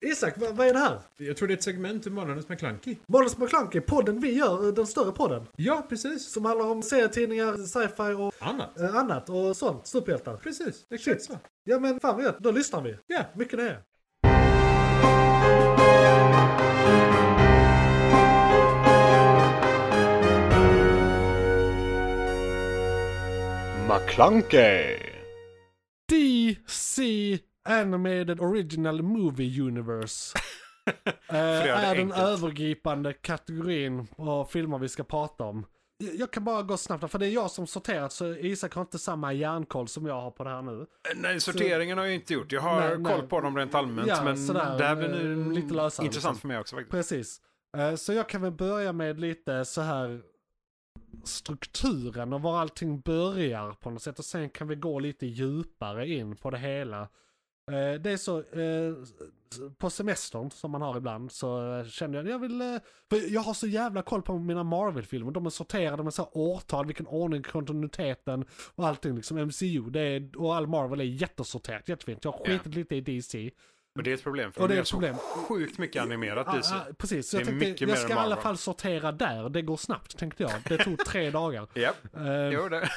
Isak, vad, vad är det här? Jag tror det är ett segment ur Månadens McKlunky. Måns McClunky, podden vi gör, eh, den större podden. Ja, precis. Som handlar om serietidningar, sci-fi och Annat. eh, annat och sånt. Superhjältar. Precis, exakt så. Ja men fan vad gött, då lyssnar vi. Ja, Mycket nöje. McClunkey! DC Animated Original Movie Universe. eh, göra det är den enkelt. övergripande kategorin av filmer vi ska prata om. Jag jag kan bara gå snabbt, för det är jag som sorterat så Isak har inte samma järnkoll som jag har på det här nu. Nej, sorteringen har jag inte gjort. Jag har Nej, nej. koll på dem rent allmänt, Ja, men sådär, det här blir eh, nu lite lösare, intressant liksom. för mig också faktiskt. Precis. Eh, Så jag kan väl börja med lite så här strukturen och var allting börjar på något sätt och sen kan vi gå lite djupare in på det hela. Eh, Det är så, eh, på semestern som man har ibland så eh, kände jag, jag vill, eh, för jag har så jävla koll på mina Marvel-filmer, de är sorterade med så här årtal, vilken ordning, kontinuiteten och allting liksom, MCU, det är, och all Marvel är jättesorterat, jättefint. Jag har Ja. skitit lite i DC. Men det är ett problem, för Och det det är är ett så problem. sjukt mycket animerat i sig. Ah, ah, precis, så Det jag är tänkte mycket jag mer ska i än alla Marvel. fall sortera där. Det går snabbt tänkte jag. Det tog tre dagar. Japp, Eh, gör det.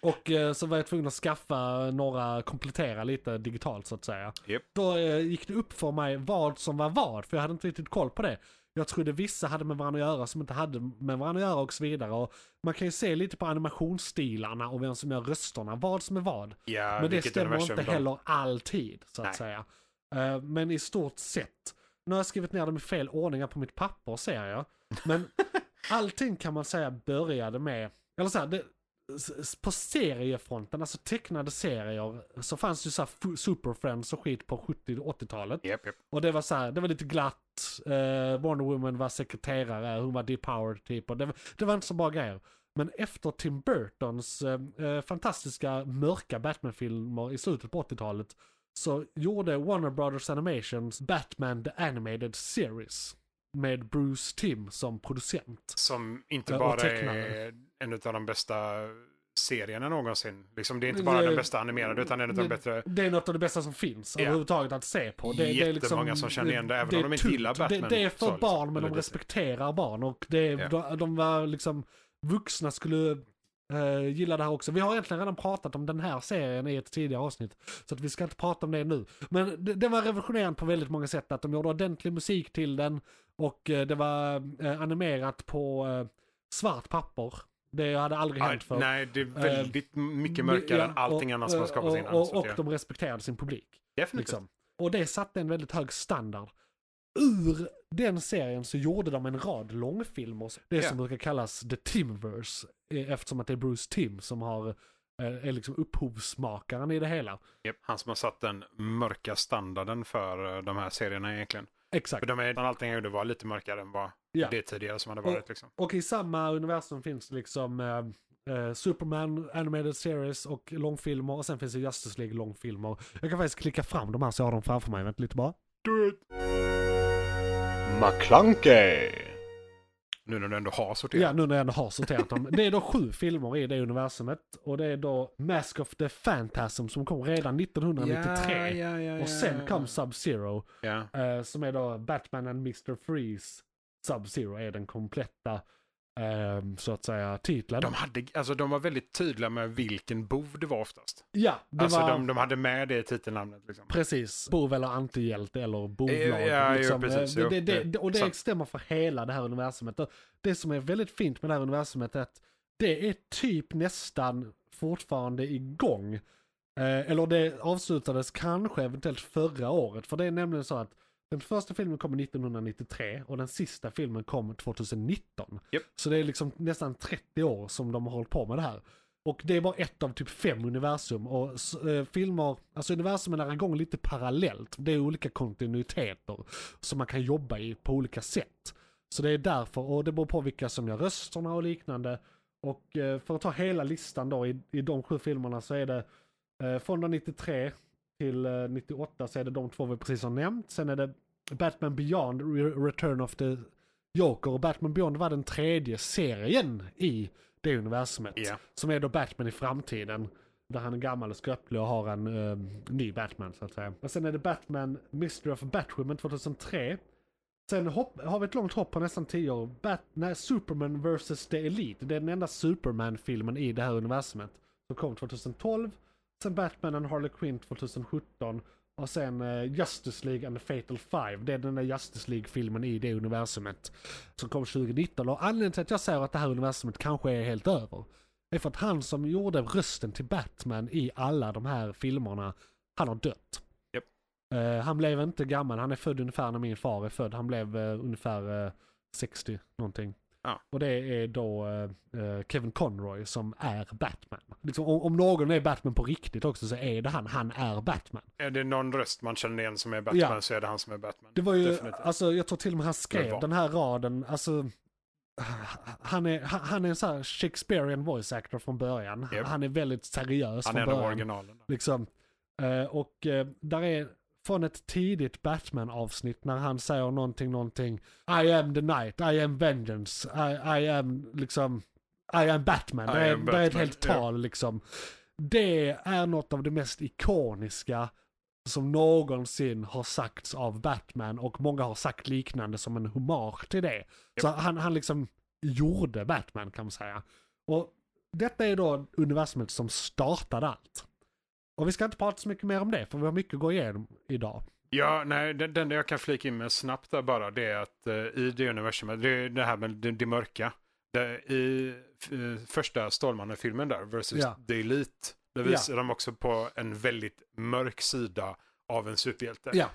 och eh, så var jag tvungen att skaffa några, komplettera lite digitalt så att säga. Japp. Då eh, gick det upp för mig vad som var vad, för jag hade inte riktigt koll på det. Jag trodde vissa hade med varandra att göra som inte hade med varandra att göra och så vidare. Och man kan ju se lite på animationsstilarna och vem som gör rösterna, vad som är vad. Ja, Men det vilket stämmer universum inte då? heller alltid, så att Nej. säga. Eh, men i stort sett. Nu har jag skrivit ner dem i fel ordningar på mitt papper, ser jag. Men allting kan man säga började med, eller så här, det, s- s- på seriefronten, alltså tecknade serier, så fanns ju så här fu- Super Friends och skit på 70 och 80-talet. Japp, japp. Och det var så här, det var lite glatt, eh, Wonder Woman var sekreterare, hon var depowered typ. Och det, var- det var inte så bra grejer. Men efter Tim Burtons eh, eh, fantastiska mörka Batman-filmer i slutet på 80-talet så gjorde Warner Brothers Animations Batman The Animated Series med Bruce Timm som producent. Som inte Ja, Eh, och bara är tecknare. en av de bästa serierna någonsin. Liksom, det är inte Det- bara den bästa animerade, utan en av de Det- bättre. Det är något av det bästa som finns Ja. överhuvudtaget att se på. Det, det är liksom, Jättemånga som känner igen det, även är om de inte tungt. gillar Batman, Det, det är för så liksom, barn, men eller de DC. respekterar barn. Och det, Ja. de, de var liksom, vuxna skulle eh, gilla det här också. Vi har egentligen redan pratat om den här serien i ett tidigare avsnitt. Så att vi ska inte prata om det nu. Men det, det var revolutionerande på väldigt många sätt. Att de gjorde ordentlig musik till den. Och eh, det var eh, animerat på eh, svart papper. Det hade aldrig Ja, hänt förut. nej, det är väldigt mycket mörkare Eh, Ja, än allting och- annat som har skapats och, innan. Och, så att och jag- de respekterade sin publik. Definitivt. Liksom. Och det satte en väldigt hög standard. Ur den serien så gjorde de en rad långfilmer. Det Ja. som brukar kallas The Timverse. eh, Eftersom att det är Bruce Tim som har, eh, är liksom upphovsmakaren i det hela. Japp, Han som har satt den mörka standarden för eh, de här serierna egentligen. För Exakt. de är, allting han gjorde var lite mörkare än vad Ja. Mm. det tidigare som hade varit. Liksom. Och i samma universum finns det liksom eh, eh, Superman Animated Series och långfilmer. Och sen finns det Justice League långfilmer. Jag kan faktiskt klicka fram de här så jag har dem framför mig. Vänta lite bara. McClunkey! Nu när du ändå har sorterat. Ja, nu när jag ändå har sorterat dem. Det är då sju filmer i det universumet. Och det är då Mask of the Phantasm som kom redan 1993. ja, ja, Och sen kom Sub-Zero. Ja. eh, som är då Batman and Mr. Freeze. Sub-Zero är den kompletta, eh, så att säga, titeln. De, hade, alltså, de var väldigt tydliga med vilken bov det var oftast. ja, det alltså var... de, de hade med det i titelnamnet. Liksom. Precis, bov eller antihjälte eller bolag. Eh, ja, jo, liksom. precis, Eh, jo, det, det, det, det- och det sant. stämmer för hela det här universumet. Och Det som är väldigt fint med det här universumet är att det är typ nästan fortfarande igång. Eh, eller det avslutades kanske eventuellt förra året. För det är nämligen så att den första filmen kom 1993 och den sista filmen kom 2019. Japp. Så det är liksom nästan 30 år som de har hållit på med det här. Och det är bara ett av typ fem universum. Och s- eh, filmer, alltså universumen är igång lite parallellt. Det är olika kontinuiteter som man kan jobba i på olika sätt. Så det är därför, och det beror på vilka som gör rösterna och liknande. Och eh, för att ta hela listan då i, i de sju filmerna så är det eh, från då 93 till eh, 98 så är det de två vi precis har nämnt. Sen är det Batman Beyond, Re- Return of the Joker och Batman Beyond var den tredje serien i det universumet. Ja. Som är då Batman i framtiden. Där han är gammal och skröplig och har en eh, ny Batman så att säga. Och sen är det Batman Mystery of Batwoman 2003. Sen hopp, har vi ett långt hopp på nästan 10 år. Bat, nej, Superman vs. The Elite. Det är den enda Superman-filmen i det här universumet. Som kom 2012. Sen Batman and Harley Quinn 2017. Och sen eh, Justice League and the Fatal Five. Det är den där Justice League-filmen i det universumet. Som kom 2019. Och anledningen till att jag säger att det här universumet kanske är helt över. Är för att han som gjorde rösten till Batman i alla de här filmerna. Han har dött. Japp. Eh, han blev inte gammal. Han är född ungefär när min far är född. Han blev eh, ungefär eh, 60 någonting. Ja. Och det är då eh, eh, Kevin Conroy som är Batman. Liksom, om, om någon är Batman på riktigt också så är det han. Han är Batman. Är det någon röst man känner igen som är Batman Ja. så är det han som är Batman. Det var ju, Definitivt. alltså jag tror till och med han Det skrev var. den här raden, alltså han är, han han är en sån här Shakespearean voice actor från början. Japp. Han är väldigt seriös han är från en av början. originalen. Liksom. Eh, och eh, där är från ett tidigt Batman-avsnitt när han säger någonting, någonting. I am the night, I am vengeance, I, I am liksom, I am Batman. I det, är, am det är ett Batman, helt ja. tal liksom. Det är något av det mest ikoniska som någonsin har sagts av Batman och många har sagt liknande som en hommage till det. Så han, han liksom gjorde Batman kan man säga. Och detta är då universumet som startade allt. Och vi ska inte prata så mycket mer om det, för vi har mycket att gå igenom idag. Ja, nej, det det enda jag kan flika in med snabbt där bara, det är att eh, i det universumet, det är det här med det, det mörka. Det, I eh, första Stålmannen-filmen där, versus Ja. The Elite, där Ja. visar de också på en väldigt mörk sida av en superhjälte. Ja.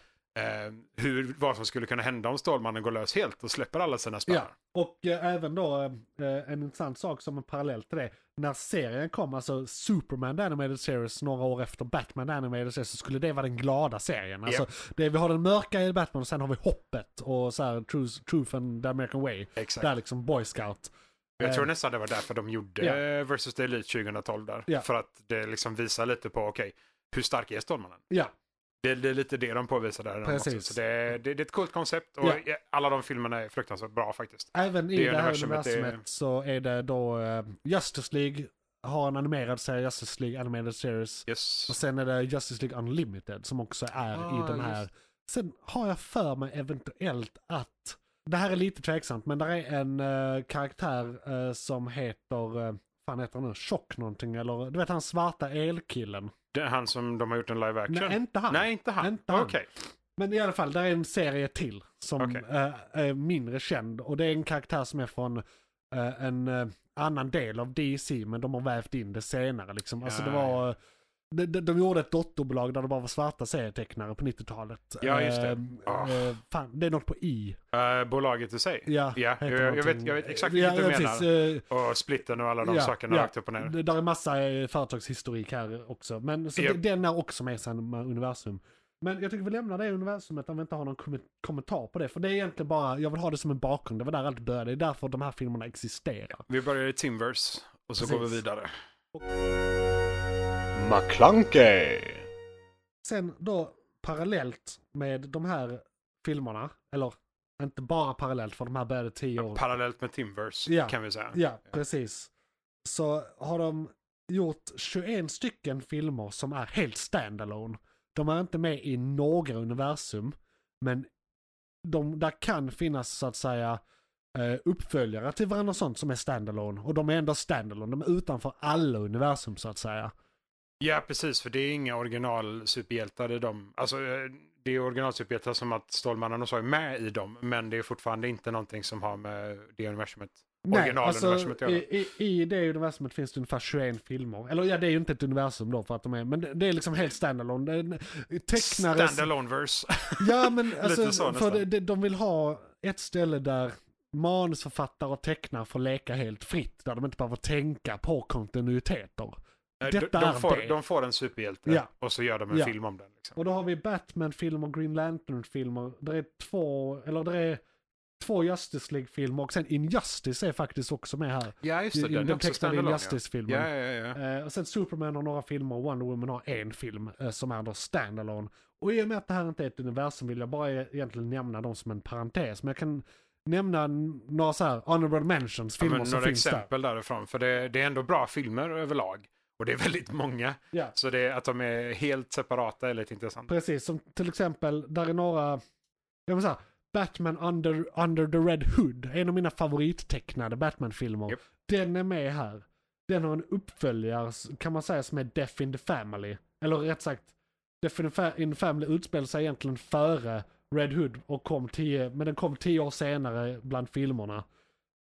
Eh, hur, vad som skulle kunna hända om Stålmannen går lös helt och släpper alla sina spärrar. Ja, och eh, även då eh, eh, en intressant sak som en parallell till det. När serien kom, alltså Superman The Animated Series några år efter Batman The Animated Series, så skulle det vara den glada serien. Alltså, det, vi har den mörka i Batman och sen har vi hoppet och så här, truth, truth and the American Way. Exakt. Där liksom Boy Scout. Jag tror nästan det var därför de gjorde Eh. Ja. eh, versus The Elite 2012 där. Ja. För att det liksom visar lite på, okej, hur stark är Stålmannen? Ja, Det, det är lite det de påvisar där. Precis. Också. Så det, det, det är ett coolt koncept och Ja. alla de filmerna är fruktansvärt bra faktiskt. även i Det det, här universumet, universumet det- så är det då eh, Justice League har en animerad serie, Justice League Animated Series. Yes. Och sen är det Justice League Unlimited som också är Ah, i den här. Sen har jag för mig eventuellt att, det här är lite tveksamt, men där är en eh, karaktär eh, som heter, uh, fan heter han nu, Tjock någonting eller, du vet han svarta elkillen. Det är han som de har gjort en live action. Nej, inte han. Nej, inte han. Inte han. Okej. Men i alla fall, där är en serie till som Okej. eh, är mindre känd. Och det är en karaktär som är från eh, en eh, annan del av DC, men de har vävt in det senare. Liksom. Alltså, det Ja, var, de, de, de gjorde ett dotterbolag där det bara var svarta serietecknare på 90-talet. Ja, just det. Eh, Ah. eh, fan, det är något på I. Eh, bolaget i sig. Ja, jag, heter jag, vet, någonting. jag vet exakt Ja, vad du ja, menar. precis, eh, Och splitten och alla de ja, sakerna ja. rakt upp och ner. Det- Där är massa eh, företagshistorik här också. Men så Ja. det, den är också med i samma universum. Men jag tycker vi lämnar det universumet om vi inte har någon kommen- kommentar på det. För det är egentligen bara, jag vill ha det som en bakgrund. Det var där allt började. Det är därför de här filmerna existerar. Vi börjar i Timverse och så går vi Precis. vidare. McClunkey, Sen då parallellt med de här filmerna, eller inte bara parallellt för de här började tio år Parallellt med Timverse Ja. kan vi säga. Ja, precis. Så har de gjort 21 stycken filmer som är helt standalone. De är inte med i några universum, men de, där kan finnas så att säga eh, uppföljare till varandra och sånt som är standalone. Och de är ändå standalone, de är utanför alla universum så att säga. Ja, precis. För det är inga originalsuperhjältar i dem. Alltså, eh, det är originalsuperhjältar som att Stålmannen och så är med i dem. Men det är fortfarande inte någonting som har med det universumet. Originaluniversumet alltså, i, i, i det universumet finns det ungefär 21 filmer. Eller ja, det är ju inte ett universum då för att de är, men det, det är liksom helt standalone. Det är en- Tecknares Standalone-verse. Ja men alltså, Lite så för nästan. de, de, de vill ha ett ställe där manusförfattare och tecknare får leka helt fritt. Där de inte behöver tänka på kontinuiteter. Nej, Detta de, är de, får, det. de får en superhjälte Ja. och så gör de en Ja. film om den. Liksom. Och då har vi Batman-filmer, Green Lantern-filmer. Det är två, eller det är två Justice League-filmer och sen Injustice är faktiskt också med här. Ja, just det. I- i Den, de är också textade standalone. Injustice-filmen. Ja, ja, ja. ja. Eh, och sen Superman har några filmer och Wonder Woman har en film eh, som är då standalone. Och i och med att det här inte är ett universum vill jag bara e- egentligen nämna dem som en parentes. Men jag kan nämna n- några så här honorable mentions ja filmer men som några finns där. exempel därifrån. För det, det är ändå bra filmer överlag. Och det är väldigt många. Ja. Så det, att de är helt separata är lite intressant. Precis, som till exempel, där är några, jag vill säga, Batman under, under the Red Hood, en av mina favorittecknade Batman-filmer. Japp. Den är med här. Den har en uppföljare, kan man säga, som är Death in the Family. Eller rätt sagt, Death in the Fa- in the Family utspelar sig egentligen före Red Hood och kom tio, men den kom tio år senare bland filmerna.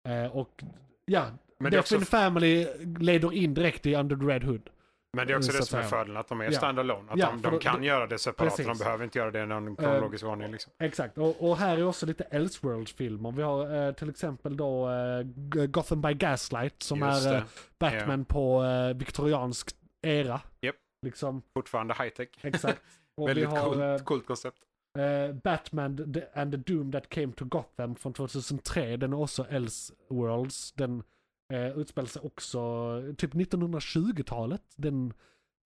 Eh, och ja, Men det är Death in också- the Family leder in direkt i Under the Red Hood. Men det är också Mm, Så det att som är säga. fördelen, att de är Ja. standalone. Att Ja, de, för de då- kan det- göra det separat, precis. Eh, de behöver inte göra det i någon kronologisk ordning. Liksom. Exakt, och, och här är också lite Elseworlds-filmer. Vi har eh, till exempel då eh, G- Gotham by Gaslight som Just är eh, det. Batman på eh, viktoriansk era. Japp. Liksom, Fortfarande high-tech. exakt. Och vi Väldigt coolt, har coolt koncept. eh, eh, Batman the, and the Doom that came to Gotham från 2003. Den är också Elseworlds. Den eh, utspelar sig också eh, typ 1920-talet. Den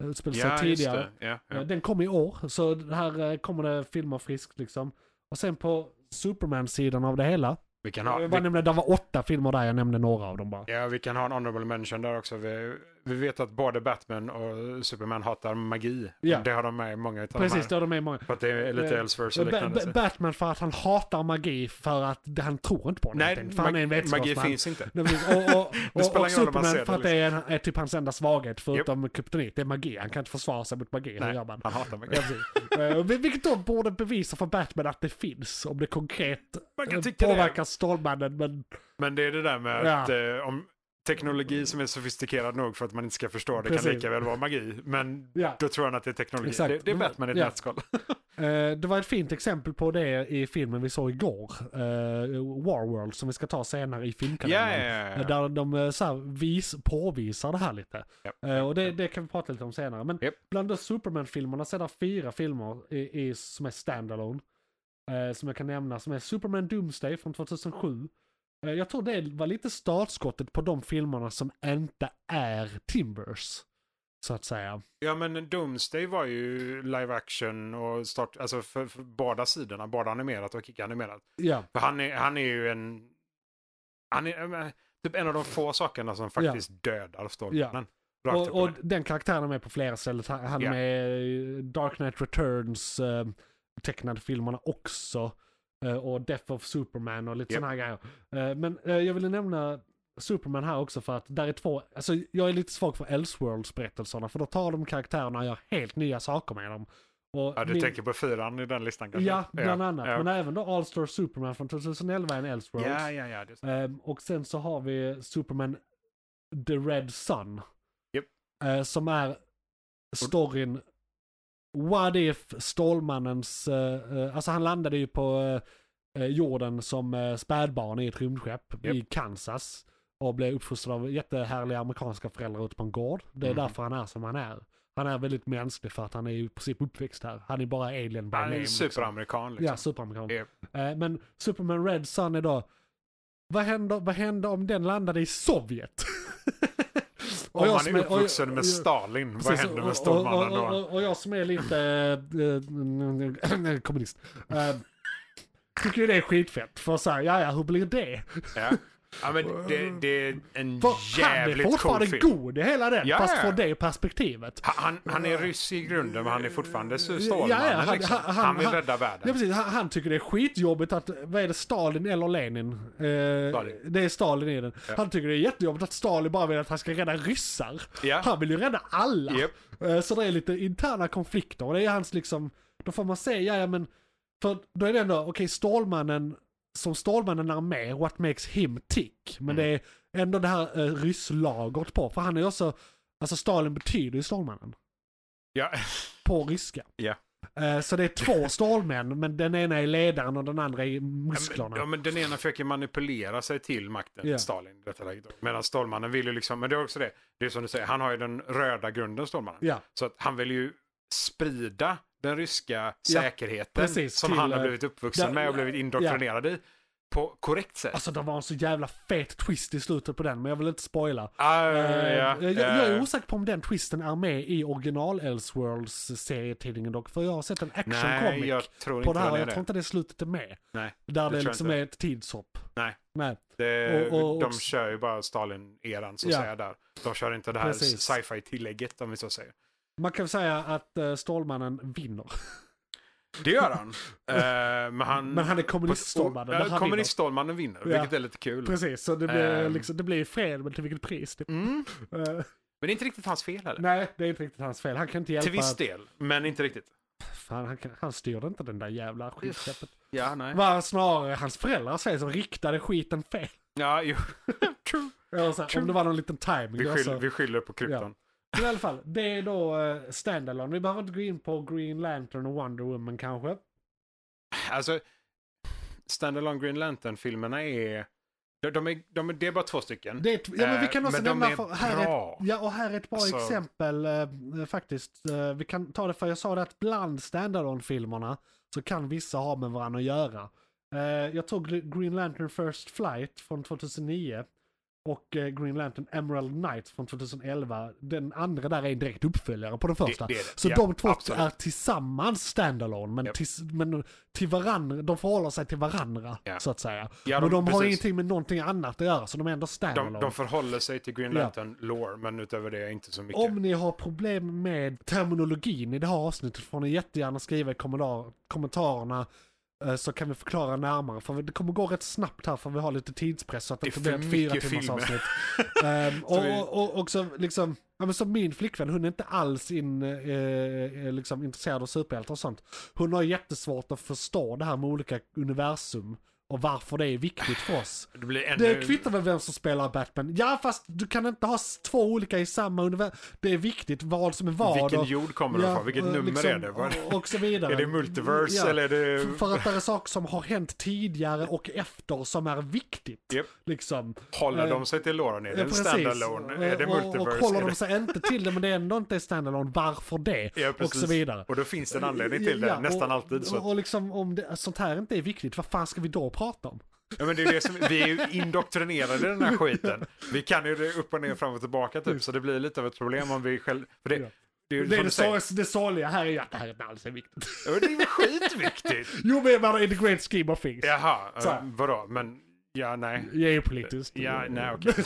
eh, utspelar sig Ja, just tidigare. det. Ja, Eh, ja. Den kom i år, så det här eh, kommer det filmer friskt liksom. Och sen på Superman-sidan av det hela. Vi, kan ha, jag bara vi, nämnde, det var åtta filmer där, jag nämnde några av dem bara. ja, vi kan ha en honorable mention där också. Vi, vi vet att både Batman och Superman hatar magi. Ja. Det har de med i många av de Precis, här. det har de med i många. För att det är lite Eh, Ellsworth och Ba- liknande. Ba- Batman för att han hatar magi för att det- han tror inte på den. helt Nej, enkelt. för han är en mag- magi vetenskapsman. finns inte. Det finns- Och, och, och, spelar och ingen roll om Superman man ser det, liksom. för att det är, en, är typ hans enda svaghet förutom kryptonit. Det är magi, han kan inte försvara sig mot magi. Hur Nej, gör man? han hatar magi. Ja, precis. Eh, vil- Vilket då borde bevisa för Batman att det finns, om det konkret Man kan eh, tycka det. påverkar Stålmannen. Men Men det är det där med Ja. att eh, om teknologi som är sofistikerad nog för att man inte ska förstå det kan Precis. lika väl vara magi. Men Ja. då tror han att det är teknologi. Exakt. Det, det är Batman i ett Ja. nötskal. Eh, det var ett fint exempel på det i filmen vi såg igår. Uh, War World som vi ska ta senare i filmkanalen. Ja, ja, ja, ja. Där de eh, så här vis, påvisar det här lite. Japp, Eh, och det, det kan vi prata lite om senare. Men Japp. bland de Superman-filmerna så är det fyra filmer i, i, som är standalone. Uh, som jag kan nämna som är Superman Doomsday från 2007. Eh, jag tror det var lite startskottet på de filmerna som inte är Timbers. Så att säga. Ja men Doomsday var ju live action och start, alltså för, för båda sidorna, både animerat och icke-animerat. Ja, För han är, han är ju en, han är eh, men, typ en av de få sakerna som faktiskt dödar Stålmannen. Rakt upp och, och ner. den karaktären är med på flera ställen. Han han är Ja. med i Dark Knight Returns eh, tecknade filmerna också. Eh, och Death of Superman och lite Ja. sådana här grejer. Eh, men eh, jag ville nämna Superman här också för att där är två, alltså jag är lite svag för Elseworlds berättelserna för då tar de karaktärerna och gör helt nya saker med dem. Och ja, du min- tänker på fyran i den listan kanske? Ja, bland annat. Ja. Men även då All-Star Superman från 2011 är en Elseworlds. ja, ja, ja. Det är så. Ehm, och sen så har vi Superman The Red Sun. Japp. Eh, som är storyn What if Stålmannens, eh, eh, alltså han landade ju på eh, eh, jorden som eh, spädbarn i ett rymdskepp Japp. i Kansas. Och blev uppfostrad av jättehärliga amerikanska föräldrar ute på en gård. Det är Mhm. därför han är som han är. Han är väldigt mänsklig för att han är ju i princip uppväxt här. Han är bara alien by Han är name, ju liksom. superamerikan Ja, liksom. superamerikan. Japp. Eh, men Superman Red Sun är då... Vad händer, vad händer om den landade i Sovjet? Om han som är och- uppvuxen med och- Stalin, vad precis, händer och- med Stålmannen Och, då? och, och, och jag som är lite eh, eh, kommunist. Eh, tycker ju det är skitfett. För så här, ja ja, hur blir det? Ja. ja, men det, det är en För han är jävligt cool fortfarande film. god i hela den, Ja, fast ja. från det perspektivet. Ha- Han, han är ryss i grunden men han är fortfarande så- Stålmannen. han- liksom. han- han, han- vill han- rädda Ja, världen. precis. Han, han tycker det är skitjobbigt att, vad är det, Stalin eller Lenin? Eh, Stalin. Det är Stalin i den. Han tycker det är jättejobbigt att Stalin bara vill att han ska rädda ryssar. Ja. Han vill ju rädda alla. Japp. Eh, så det är lite interna konflikter och det är hans liksom, då får man säga, ja, ja men, för då är det ändå, okej Stålmannen, som Stålmannen är med, what makes him tick? Mm. Men det är ändå det här eh, rysslagret på, för han är ju också, alltså Stalin betyder ju Stålmannen Ja. på ryska. Ja. Eh, Så det är två stålmän, men den ena är ledaren och den andra är musklerna. Ja, men den ena försöker manipulera sig till makten, Ja. Stalin, i detta läget. då. Medan Stålmannen vill ju liksom, men det är också det, det är som du säger, han har ju den röda grunden, Stålmannen. Ja. Så att han vill ju sprida den ryska Ja, säkerheten precis, som till, han har eh, blivit uppvuxen ja, med och blivit indoktrinerad i på korrekt sätt. Alltså det var en så jävla fet twist i slutet på den, men jag vill inte spoila. Ah, Eh, ja, jag, jag är eh, osäker på om den twisten är med i original Elseworlds serietidningen dock, för jag har sett en action Nej, comic jag tror på inte det här den och är jag det. tror inte det slutet är med. Nej, Där det det, tror jag liksom inte. är ett tidshopp. nej. Nej. Det, Och- och- de och- kör ju bara Stalin-eran så att Ja. säga där. De kör inte det här Precis. sci-fi-tillägget om vi så säger. Man kan säga att eh, Stålmannen vinner. Mm. Det gör han. Eh, men han... Men han är på- kommuniststålmannen. men Ja, han vinner. Kommuniststålmannen vinner, Ja. vilket är lite kul. Precis, så det blir, Mm. Ehm. liksom, det blir fred, men till vilket pris? Typ. Mm. Eh, Men det är inte riktigt hans fel heller. nej, det är inte riktigt hans fel. Han kan inte hjälpa... Till viss del, men inte riktigt. Fan, han, kan, han styrde inte den där jävla skitskeppet. Ja, nej. Var snarare hans föräldrar säger som riktade skiten fel. Ja, jo. True. Eller så här, om det var någon liten timing. Vi, skyller, alltså. vi skyller på krypton. Men I alla fall, det är då eh, standalone. Vi behöver inte gå in på Green Lantern och Wonder Woman kanske. Alltså, Standalone Green Lantern-filmerna är... De, de är, de är... Det är bara två stycken. Det är, ett- ja, men vi kan Eh, också men de nämna... är för- här är ett- bra. Ja, och här är ett bra Alltså- exempel eh, eh, faktiskt. Eh, vi kan ta det för jag sa det att bland standalone filmerna så kan vissa ha med varandra att göra. Eh, jag tog Gre- Green Lantern First Flight från 2009 och eh, Green Lantern Emerald Knight från 2011. Den andra där är en direkt uppföljare på den första. det är det. Så Ja, de två absolut. är tillsammans standalone men, Japp. tills, men till varandra, de förhåller sig till varandra Ja. så att säga. Ja, men de de- har precis. ingenting med någonting annat att göra så de är ändå De, standalone. de förhåller sig till Green Ja. Lantern-lore, men utöver det är inte så mycket. Om ni har problem med terminologin i det här avsnittet får ni jättegärna skriva i kommentar- kommentarerna eh, så kan vi förklara närmare. För det kommer gå rätt snabbt här för vi har lite tidspress så att det, Det är inte blir för ett fyra mycket timmars filmer. avsnitt. Ehm, och, vi- och, och också liksom, ja, men som min flickvän, hon är inte alls in, eh, eh, liksom, intresserad av superhjältar och sånt. Hon har jättesvårt att förstå det här med olika universum och varför det är viktigt för oss. det blir ännu... Det kvittar väl vem som spelar Batman? Ja, fast du kan inte ha s- två olika i samma universum. Det är viktigt vad som är vad. Vilken och- jord kommer de ifrån? Vilket och nummer liksom- är det? Vad- och- Och så vidare. Är det multiverse Ja, eller är det... För att det är saker som har hänt tidigare och efter som är viktigt. Japp. Liksom. Håller Eh, de sig till loren? Är det Ja, en precis. Eh, standalone? Är det Och- och- multiverse? Och håller är de det... sig inte till det men det ändå inte är standalone, varför det? Ja, och precis. så vidare. Och då finns det en anledning till det, Ja, nästan och, alltid. Så. Och, och liksom om det, sånt här inte är viktigt, vad fan ska vi då prata om? Ja, men det är det som, vi är ju indoktrinerade i den här skiten. Vi kan ju det upp och ner, fram och tillbaka typ, så det blir lite av ett problem om vi själv... För det, Ja. det är ju Det, som är du det, säger, sorg- det sorgliga här är ju att det här inte alls är viktigt. Ja, men det är ju skitviktigt! Jo men jag menar i the great scheme of things. Jaha, Så eh, här. vadå, men ja, nej. Geopolitiskt. Ja, nej, okej.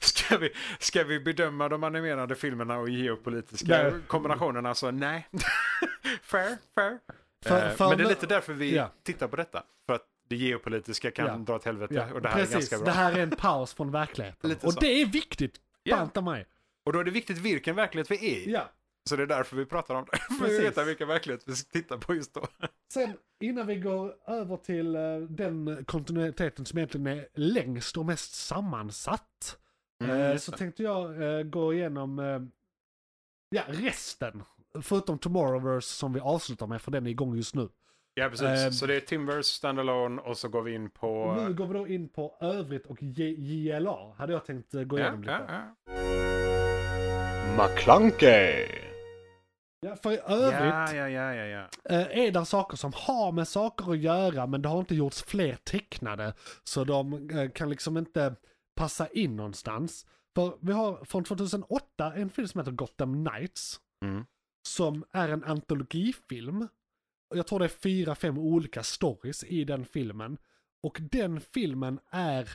Ska vi, ska vi bedöma de animerade filmerna och geopolitiska Nej. kombinationerna så nej. fair, fair. För- Eh, för- men det är lite därför vi Ja. tittar på detta. För att det geopolitiska kan Ja. dra åt helvete Ja, och det här precis. är ganska bra. Det här är en paus från verkligheten. Lite och så. det är viktigt. Ja. Banta mig. Och då är det viktigt vilken verklighet vi är i. Ja. Så det är därför vi pratar om det. För Precis. att veta vilken verklighet vi tittar på just då. Sen innan vi går över till eh, den kontinuiteten som egentligen är längst och mest sammansatt. Mm, eh, just så det. tänkte jag eh, gå igenom eh, ja, resten. Förutom Tomorrowverse som vi avslutar med för den är igång just nu. Ja, precis. Ehm. Eh, så det är Timverse, Standalone och så går vi in på... Nu går vi då in på övrigt och J- JLA. Hade jag tänkt eh, gå ja, igenom lite. ja, ja. McClunkey. Ja, för i ja, övrigt ja, ja, ja, ja. eh, är det saker som har med saker att göra men det har inte gjorts fler tecknade. Så de eh, kan liksom inte passa in någonstans. För vi har från 2008 en film som heter Gotham Knights. Mm. Som är en antologifilm. Och Jag tror det är fyra, fem olika stories i den filmen. Och den filmen är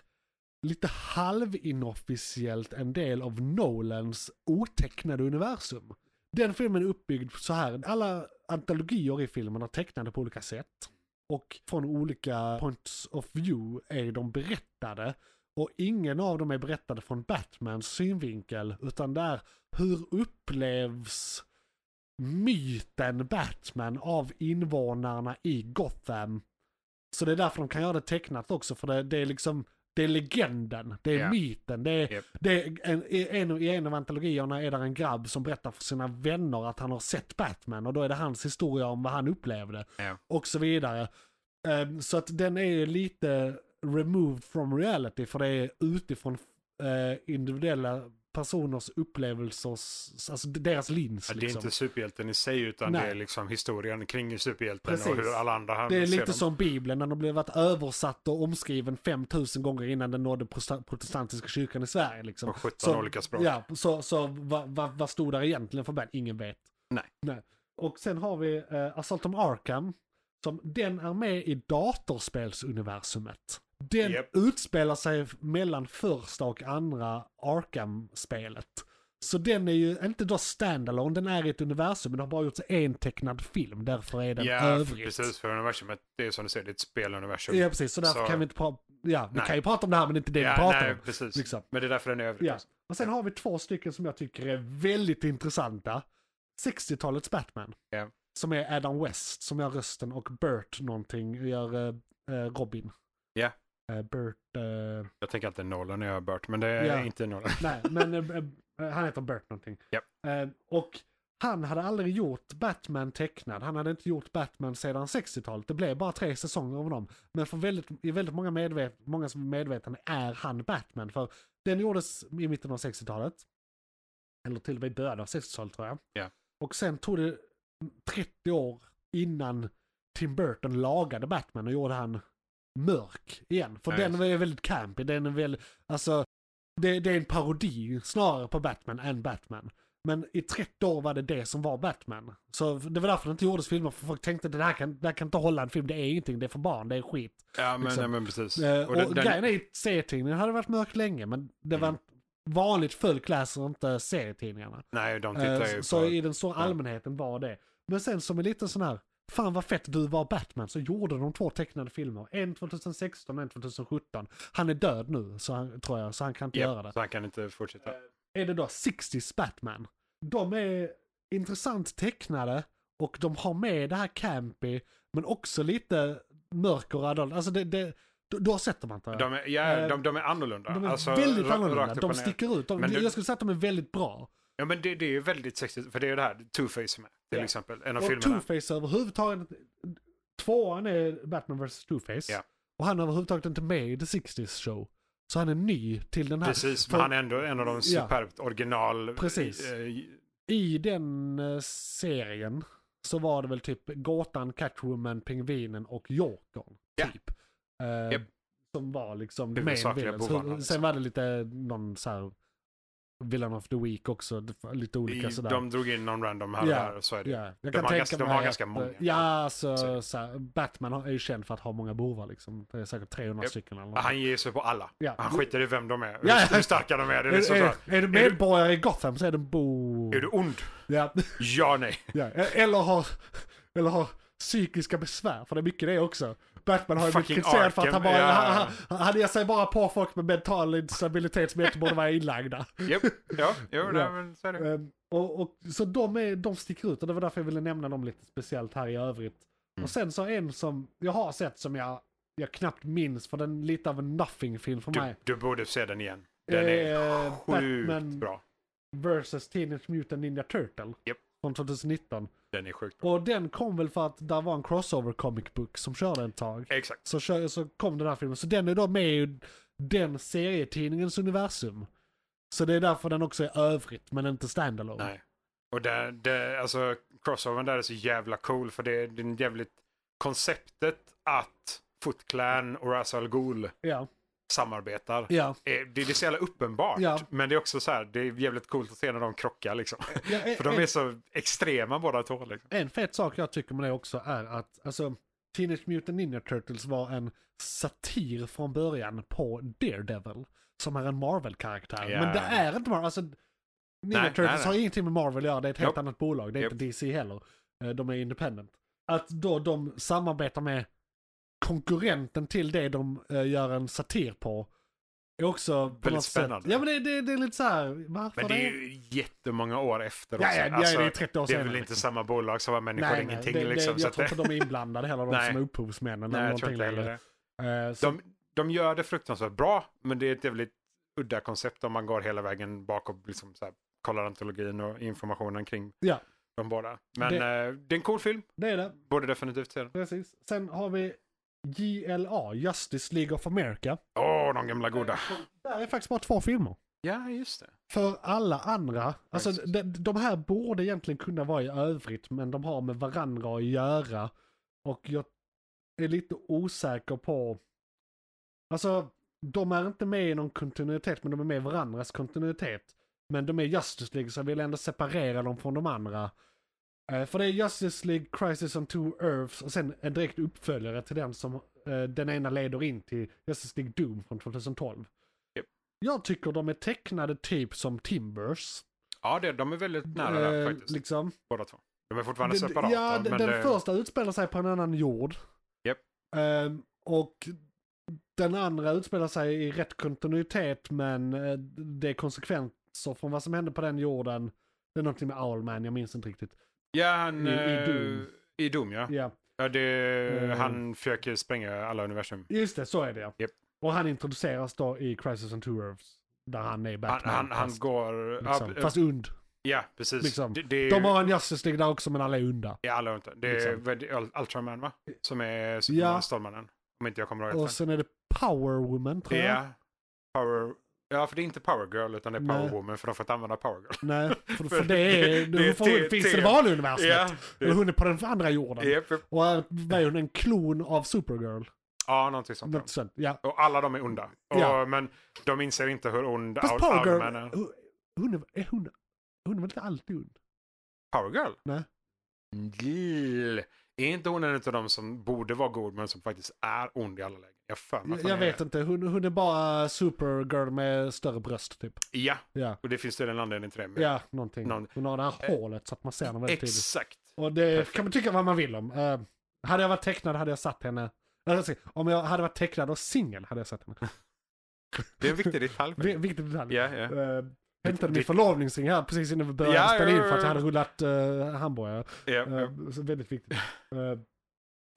lite halvinofficiellt en del av Nolans otecknade universum. Den filmen är uppbyggd så här. Alla antologier i filmen är tecknade på olika sätt. Och från olika points of view är de berättade. Och ingen av dem är berättade från Batmans synvinkel. Utan där, hur upplevs myten Batman av invånarna i Gotham? Så det är därför de kan göra det tecknat också. För det, det är liksom, det är legenden, det är Ja. myten, det är Japp. det är en, i en, I en av antologierna är där en grabb som berättar för sina vänner att han har sett Batman och då är det hans historia om vad han upplevde. Ja. Och så vidare. Ehm, så att den är ju lite removed from reality för det är utifrån eh, individuella personers upplevelser, alltså deras lins. Ja, Det är liksom. inte superhjälten i sig utan Nej. det är liksom historien kring superhjälten och Precis. hur alla andra han Det är ser lite dem. som Bibeln, när den blev varit översatt och omskriven 5000 gånger innan den nådde prosta- protestantiska kyrkan i Sverige. Liksom. Och 17 så, olika språk. Ja, så, så vad va, vad stod där egentligen för band? Ingen vet. Nej. Och sen har vi eh, Assault on Arkham, som den är med i datorspelsuniversumet. Den Japp. utspelar sig mellan första och andra Arkham-spelet. Så den är ju inte då standalone, den är i ett universum, men det har bara gjorts en tecknad film, därför är den Ja, övrigt. precis. För universumet, det är som du säger, det är ett speluniversum. Ja, precis. Så därför Så- kan vi inte prata, ja, vi Nej. kan ju prata om det här, men det är inte det Ja, vi pratar nej, om. precis. liksom. Men det är därför den är övrigt. Ja. Och sen har vi två stycken som jag tycker är väldigt intressanta. 60-talets Batman. Ja. Som är Adam West som gör rösten och Bert någonting gör eh, eh, Robin. Ja. Eh, Bert, eh, Jag tänker inte Nolan när jag har Bert, men det är Ja. inte Nolan. nej men eh, eh, han heter Bert någonting. Japp. Eh, och han hade aldrig gjort Batman tecknad. Han hade inte gjort Batman sedan 60-talet. Det blev bara tre säsonger av honom. Men för väldigt, i väldigt många, medvet- många som är medvetande är han Batman. För den gjordes i mitten av 60-talet. Eller till och med i början av 60-talet tror jag. Ja. Och sen tog det 30 år innan Tim Burton lagade Batman och gjorde han mörk igen. För Ja, den just. är väldigt campy. Den är väl, alltså, det, det är en parodi snarare på Batman än Batman. Men i 30 år var det det som var Batman. Så det var därför det inte gjordes filmer, för folk tänkte att det här kan, det här kan inte hålla en film, det är ingenting, det är för barn, det är skit. Ja, men, Liksom. nej, men precis. Eh, och den- den- grejen är, serietidningen hade varit mörk länge, men det var Mm. inte- vanligt folk läser inte serietidningarna. nej, de Eh, tittar ju så- på... så i den stora ja. allmänheten var det. Men sen som en liten sån här, fan vad fett du var Batman, så gjorde de två tecknade filmer. En 2016 och en 2017. Han är död nu, så han, tror jag, så han kan inte göra det Eh, Japp, så han kan inte fortsätta. är det då 60s Batman. De är intressant tecknade och de har med det här campy men också lite mörker och adult. Alltså det, det, då- då sätter man inte. De är, ja, Eh, de, de är annorlunda. de är Alltså, väldigt ra- annorlunda, rakt upp och de ner. sticker ut. De, Men du- Jag skulle säga att de är väldigt bra. Ja, men det, det är ju väldigt sexigt, för det är ju det här Two-Face med, till Ja. exempel. En av Och filmerna. Two-Face överhuvudtaget, tvåan är Batman vs. Two-Face. Ja. Och han är överhuvudtaget inte med i The 60s show. Så han är ny till den här. Precis, För- men han är ändå en av de Ja. superbt original... Precis. eh, I den eh, serien så var det väl typ Gåtan, Catwoman, Pingvinen och Jokern. Ja. Typ. Eh, Japp. Som var liksom main Huvudsakliga villains. bovarna, Sen liksom. var det lite någon så här Villain of the Week också. det var Lite olika i- sådär. de drog in någon random här och Ja, där, så är det. Ja, jag De kan har tänka ganska- de mig har ganska att, många. Ja, alltså, Så är så. det. här, Batman har- är ju känd för att ha många bovar liksom. Det är säkert 300 Japp. stycken eller Ja, något. Han ger sig på alla. Ja. Han skiter i vem de är, Ja. hur, hur starka de är. Det är liksom är, så här, är, är du medborgare i Gotham så är du en bo... är du ond? Ja. Ja, nej. Ja, eller har, eller har psykiska besvär, för det är mycket det också. Batman har ju blivit Fucking kritiserad för att han Arkham, bara, ja. han, han, han ger sig bara på folk med mental instabilitet som inte borde vara inlagda. Japp. Ja, jo, nej, Ja. men så är det. Ehm, och, och, så de, är, de sticker ut och det var därför jag ville nämna dem lite speciellt här i övrigt. Mm. Och sen så en som jag har sett som jag, jag knappt minns för den är lite av en nothing-film för Du, mig. du borde se den igen. Den är Eh, sjukt Batman- bra. Versus Teenage Mutant Ninja Turtle. Japp. Från 2019. Den är sjukt bra. Och den kom väl för att där var en crossover comic book som körde ett tag. Exakt. så, kör, så kom den här filmen. Så den är då med i den serietidningens universum. Så det är därför den också är övrigt, men inte standalone. Nej. Och det, det, alltså, crossovern där är så jävla cool för det, det är en jävligt... Konceptet att Foot Clan och Ra's al Ghul Ja, samarbetar. ja. är- Det, det är så jävla uppenbart. Ja. Men det är också så här, det är jävligt coolt att se när de krockar liksom. ja eh, en, För de är så extrema båda två. Liksom. en fet sak jag tycker med det också är att alltså, Teenage Mutant Ninja Turtles var en satir från början på Daredevil. Som är en Marvel-karaktär. Ja. Men det är inte Marvel. Alltså, Ninja Nej, Turtles nej, nej. har ingenting med Marvel att göra. Det är ett helt Japp. annat bolag. Det är Japp. inte DC heller. Eh, De är independent. Att då de samarbetar med konkurrenten till det de eh, gör en satir på. Är också på Väldigt något sätt- spännande. Ja men det, det, det är lite så här, varför Men det är ju jättemånga år efter Ja, också. Alltså, ja, ja, det är 30 år det är senare, väl inte liksom. samma bolag som var människor Nej, nej, ingenting. det, det, liksom, så jag att tror det, inte de är inblandade heller, de Nej. som är upphovsmännen. nej, eller jag tror någonting inte heller längre. det. Eh, så, De, de gör det fruktansvärt bra, men det är ett jävligt udda koncept om man går hela vägen bak och liksom så här, kollar antologin och informationen kring Ja. de båda. Men eh, det är en cool film, det är det, borde definitivt se den. precis. Sen har vi JLA, Justice League of America. Åh, de gamla goda. Där är faktiskt bara två filmer. Ja, just det. För alla andra, alltså Faktiskt. de, de här borde egentligen kunna vara i övrigt men de har med varandra att göra. Och jag är lite osäker på, alltså de är inte med i någon kontinuitet men de är med i varandras kontinuitet. Men de är Justice League så jag vill ändå separera dem från de andra. Eh, För det är Justice League, Crisis on Two Earths och sen en direkt uppföljare till den som Eh, Den ena leder in till Justice League Doom från 2012. Japp. Jag tycker de är tecknade typ som Timbers. Ja, det, de är väldigt nära där eh, faktiskt, liksom. båda två. De är fortfarande Den- separata. Ja, d- men den det, första utspelar sig på en annan jord. Japp. Ehm, och den andra utspelar sig i rätt kontinuitet men eh, det är konsekvenser från vad som hände på den jorden. Det är någonting med Owlman, jag minns inte riktigt. ja, han... i- i eh, Doom. I Doom, ja. Ja, ja det, Eh. Han försöker spränga alla universum. just det, så är det ja. Japp. Och han introduceras då i Crisis on Two Earths. Där han är Han, Batman. han, han fast, går... liksom, ja, fast und. ja, precis. liksom. Det, det, De har en Justice League där också men alla är unda. Ja, alla inte. Det är Liksom. väl Ul- Ultraman va? Som är Ja. Superman, Stålmannen. Om inte jag kommer ihåg Och rätt. sen är det Power Woman tror jag. Ja. Power... Ja, för det är inte Power Girl utan det är Power Nej. Woman för de får inte använda Power Girl. Nej, för, för För det är... det- det är för hon te- finns i te- det vanliga universumet. Ja, Eller det, hon är på den andra jorden. Japp, japp. Och är, var hon en klon av Supergirl? ja, någonting sånt. ja. Något sånt. Ja. Och alla de är onda. Och, Ja. Men de inser inte hur ond Fast Ul- Power Ultraman är. Girl, hon, hon, är- är hon, hon är väl inte alltid ond? Power Girl? Nej. Gill. Är inte hon en av de som borde vara god men som faktiskt är ond i alla lägen? Jag har för mig att Jag, hon jag är vet det. inte, hon, hon är bara Supergirl med större bröst typ. Ja, Ja, och det finns tydligen en anledning till det. men- ja någonting. Någon- Hon har det här hålet så att man ser henne väldigt tydligt. Exakt. Och det Perfekt. kan man tycka vad man vill om. Eh, hade jag varit tecknad hade jag satt henne. Alltså, om jag hade varit tecknad och singel hade jag satt henne. Det är en viktig detalj. Vi- Viktig detalj. Ja, ja. Eh, hämtade min Ditt- förlovningsring här precis innan vi började Ja, spela ja, in för att jag ja. hade rullat uh, hamburgare. Ja, ja. Eh, så väldigt viktigt.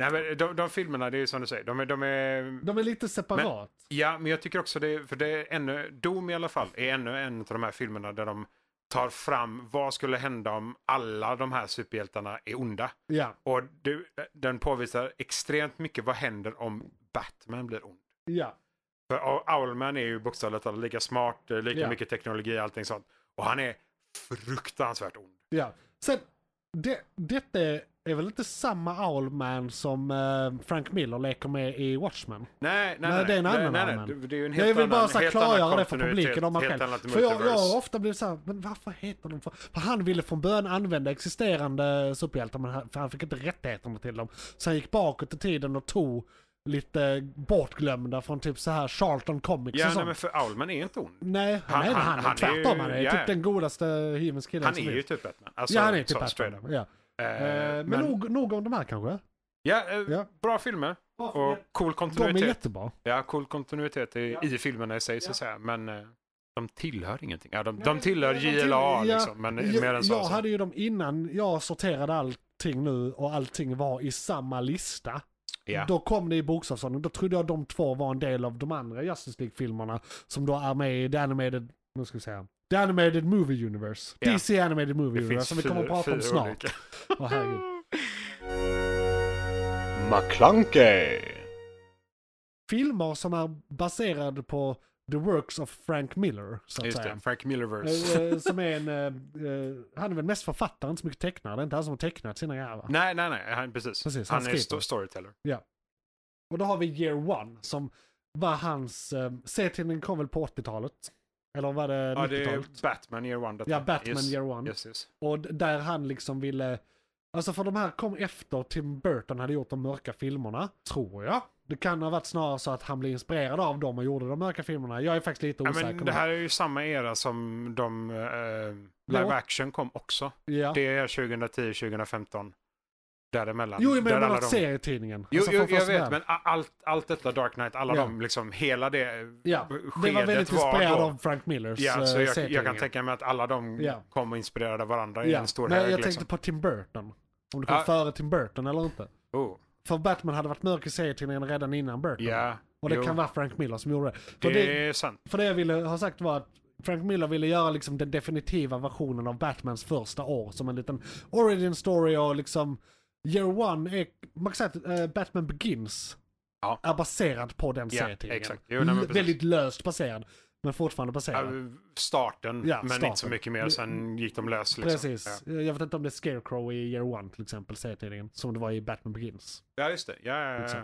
Eh, Nej, men de, de filmerna, det är som du säger, de är, de är... de är lite separat. Ja, men jag tycker också det, för det är ännu... Doom i alla fall är ännu en av de här filmerna där de tar fram vad skulle hända om alla de här superhjältarna är onda. Ja, Och du, den påvisar extremt mycket vad händer om Batman blir ond. ja. För O- Owlman är ju bokstavligt talat lika smart, eh, lika Ja. mycket teknologi och allting sånt. Och han är fruktansvärt ond. Ja. Sen, det, detta är väl inte samma Owlman som eh, Frank Miller leker med i Watchmen? Nej, Nej, nej, nej. det är en annan nej, nej, Owlman. Det, det är ju en Jag helt vill bara annan, så här helt annan klargöra det för kontinuitet, publiken om man helt själv. annat För jag, jag multiverse. har ofta blivit så här, men varför heter de för... för han ville från början använda existerande superhjältar, men han, för han fick inte rättigheterna till dem. Så han gick bakåt i tiden och tog lite bortglömda från typ så här Charlton Comics Ja, och nej, sånt. men för Owlman är inte ond. Nej, han, Han- är, han, han- är han är tvärtom. ju- han är ja, ja. typ den godaste hyvens killen Han som är ju finns. typ Batman. Alltså, Ja, han är så, typ straight up. Batman. Ja. Eh, Eh, men men- nog, nog om de här kanske. Ja, eh, Ja. bra filmer. Och cool De är kontinuitet. jättebra. Ja, cool kontinuitet i, i filmerna i sig så att säga. Men eh, de tillhör ingenting. Ja, de, de tillhör till- JLA ja. liksom. Men jag, mer än så. jag så. hade ju dem innan jag sorterade allting nu och allting var i samma lista. Ja. Då kom det i bokstavsordning. Då trodde jag de två var en del av de andra Justice League-filmerna som då är med i The Animated, nu ska vi säga, The Animated Movie Universe. Ja. DC Animated Movie Det Universe finns som vi kommer att prata fyra, om fyra snart. olika. Åh, herregud. McClunkey. Filmer som är baserade på the works of Frank Miller, så att Just säga. det, Frank Millerverse. Eh, eh, som är en, eh, eh, han är väl mest författare, inte så mycket tecknare. Det är inte han som har tecknat sina grejer va? nej, nej, nej, han, precis. Precis, han, han är skriver. sto- storyteller. Och då har vi Year One som var hans, eh, serietidningen kom väl på 80-talet? Eller var det Ja, det 90-talet? är Batman Year One. detta. Ja, Batman yes. Year One. Yes, yes. Och d- där han liksom ville, alltså för de här kom efter Tim Burton hade gjort de mörka filmerna, tror jag. Det kan ha varit snarare så att han blev inspirerad av dem och gjorde de mörka filmerna. Jag är faktiskt lite Ja, osäker. men det här är ju samma era som de eh, Ja. live action kom också. ja. Det är 2010-2015. Däremellan. Jo, jag Där menar alla de... de- serietidningen. Jo, Alltså jo från jag första vet, början. men a- allt, allt detta Dark Knight, alla Ja. de, liksom hela det Ja, det var skedet väldigt var inspirerad då. av Frank Millers Ja, så eh, jag, jag serietidningar. kan tänka mig att alla de Ja. kom och inspirerade varandra i en stor Nej, hög. jag liksom. tänkte på Tim Burton. Om det kom Ja. före Tim Burton eller inte. oh, För Batman hade varit mörk i serietidningen redan innan Burton. ja, Och det jo, kan vara Frank Miller som gjorde det. För det, det, är sant. för det jag ville ha sagt var att Frank Miller ville göra liksom den definitiva versionen av Batmans första år som en liten origin story och liksom year one är, man kan säga att eh, Batman Begins Ja. är baserad på den Ja, serietidningen. exakt. Jo, nej, men L- precis. väldigt löst baserad, men fortfarande baserad. Ja, Äh, starten, Ja, men starten. inte så mycket mer. Sen gick de lös. Liksom. Precis. Eh, Jag vet inte om det är Scarecrow i Year One till exempel, serietidningen, som det var i Batman Begins. Ja, ja just det. Ja, ja, Liksom.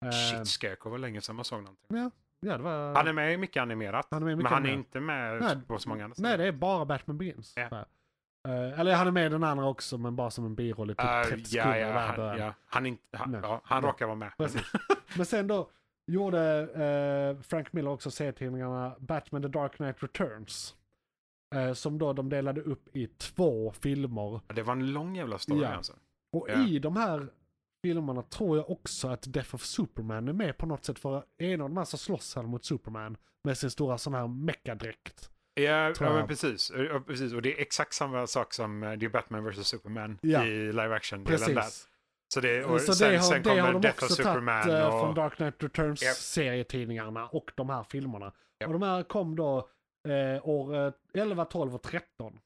ja. Eh, Shit, Scarecrow var länge sedan man såg någonting. ja, det var... Han är med i mycket animerat, Han är med i mycket men han är animerat. inte med Nej, på så många andra Nej, det är bara Batman Begins. Ja. Bara. Eh, eller han är med i den andra också, men bara som en biroll i typ Eh, 30 ja, sekunder. ja, där i han, början. ja. han, inte, han, Nej. ja, han Nej. råkar vara med. Precis. Men sen då gjorde eh, Frank Miller också serietidningarna Batman The Dark Knight Returns. Eh, som då de delade upp i två filmer. Det var en lång jävla story Ja. alltså. Och Ja. i de här filmerna tror jag också att Death of Superman är med på något sätt. För en av de här så slåss han mot Superman med sin stora sån här meckadräkt. Ja, Tror ja men jag. precis. Ja, precis. Och det är exakt samma sak som eh, det är Batman vs. Superman Ja. i live action-delen där. Precis. Så, det, och så sen, det har, sen det kommer har de Death of också tagit Superman. eh, och, från Dark Knight Returns Japp. serietidningarna och de här filmerna. Japp. Och de här kom då eh, år eh, 11, 12 och 13.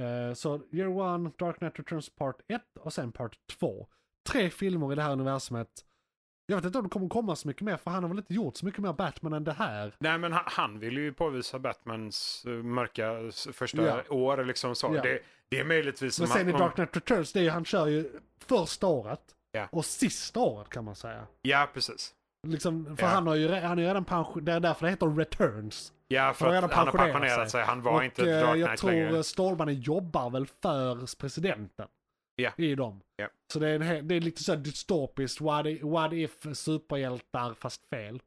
Eh, så Year One, Dark Knight Returns Part 1 och sen Part 2. Tre filmer i det här universumet. Jag vet inte om det kommer komma så mycket mer för han har väl inte gjort så mycket mer Batman än det här. Nej, men han, han vill ju påvisa Batmans eh, mörka s- första Ja. år. Liksom så. Ja. Det, det är möjligtvis... Men som sen i att- om- Dark Knight Returns, det är, ju- han kör ju första året Ja. och sista året kan man säga. Ja, precis. Liksom, för Ja. han, har ju, re- han är ju redan pensionerad, det är därför det heter Returns. Ja, för Han har att redan han har pensionerat pensionerat sig. Han var och, inte eh, Dark Knight Jag tror längre. eh, Stålmannen jobbar väl för presidenten. Ja. I dem. Ja. Så det är, en, he- det är lite så här dystopiskt, what, i- what if superhjältar fast fel.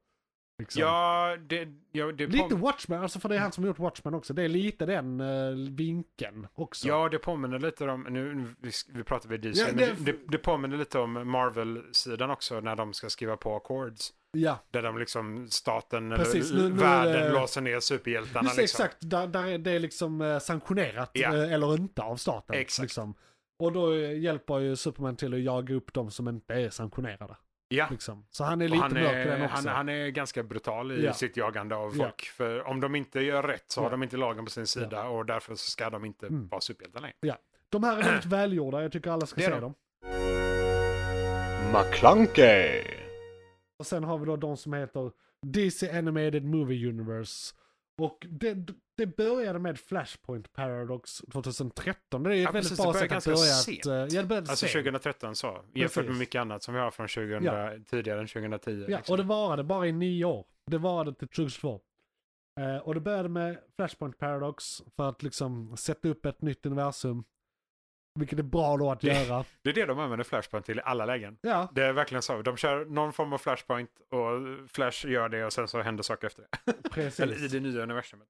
Liksom. Ja, det... Ja, det Lite påm- Watchmen, alltså för det är han som har gjort Watchmen också. Det är lite den eh, vinkeln också. Ja, det påminner lite om, nu nu- vi, sk- vi pratar vid DC, Ja, men det- det, det, det påminner lite om Marvel-sidan också när de ska skriva på accords. ja. Där de liksom, staten Precis, eller nu- nu är världen det- låser ner superhjältarna. Just det, Liksom. exakt. Där, där är det är liksom eh, sanktionerat Ja. eh, eller inte av staten. Exakt. Liksom. Och då eh, hjälper ju Superman till att jaga upp de som inte är sanktionerade. Ja. Liksom. Så han är Och lite han, mörk i är, den också. han, han är ganska brutal i Ja. sitt jagande av Ja. folk. För om de inte gör rätt så har Ja. de inte lagen på sin sida och därför så ska de inte Mm. vara superhjältar längre. Ja. De här är väldigt välgjorda, jag tycker alla ska Det är se de. dem. McClunkey, Och sen har vi då de som heter DC Animated Movie Universe. Och det, det började med Flashpoint Paradox 2013. Det är ett Ja, väldigt precis, bra sätt det började att ganska börja. sent. Att, eh, ja, det började Alltså sent. 2013 så, jämfört med Precis. mycket annat som vi har från 2000, tidigare än 2010. Ja, liksom. och det varade bara i nio år. Det varade till 2022. Eh, och det började med Flashpoint Paradox för att liksom sätta upp ett nytt universum. Vilket är bra då att Det- göra. det är det de använder Flashpoint till i alla lägen. Ja, Det är verkligen så. De kör någon form av flashpoint och Flash gör det och sen så händer saker efter det. Eller i precis. det nya universumet.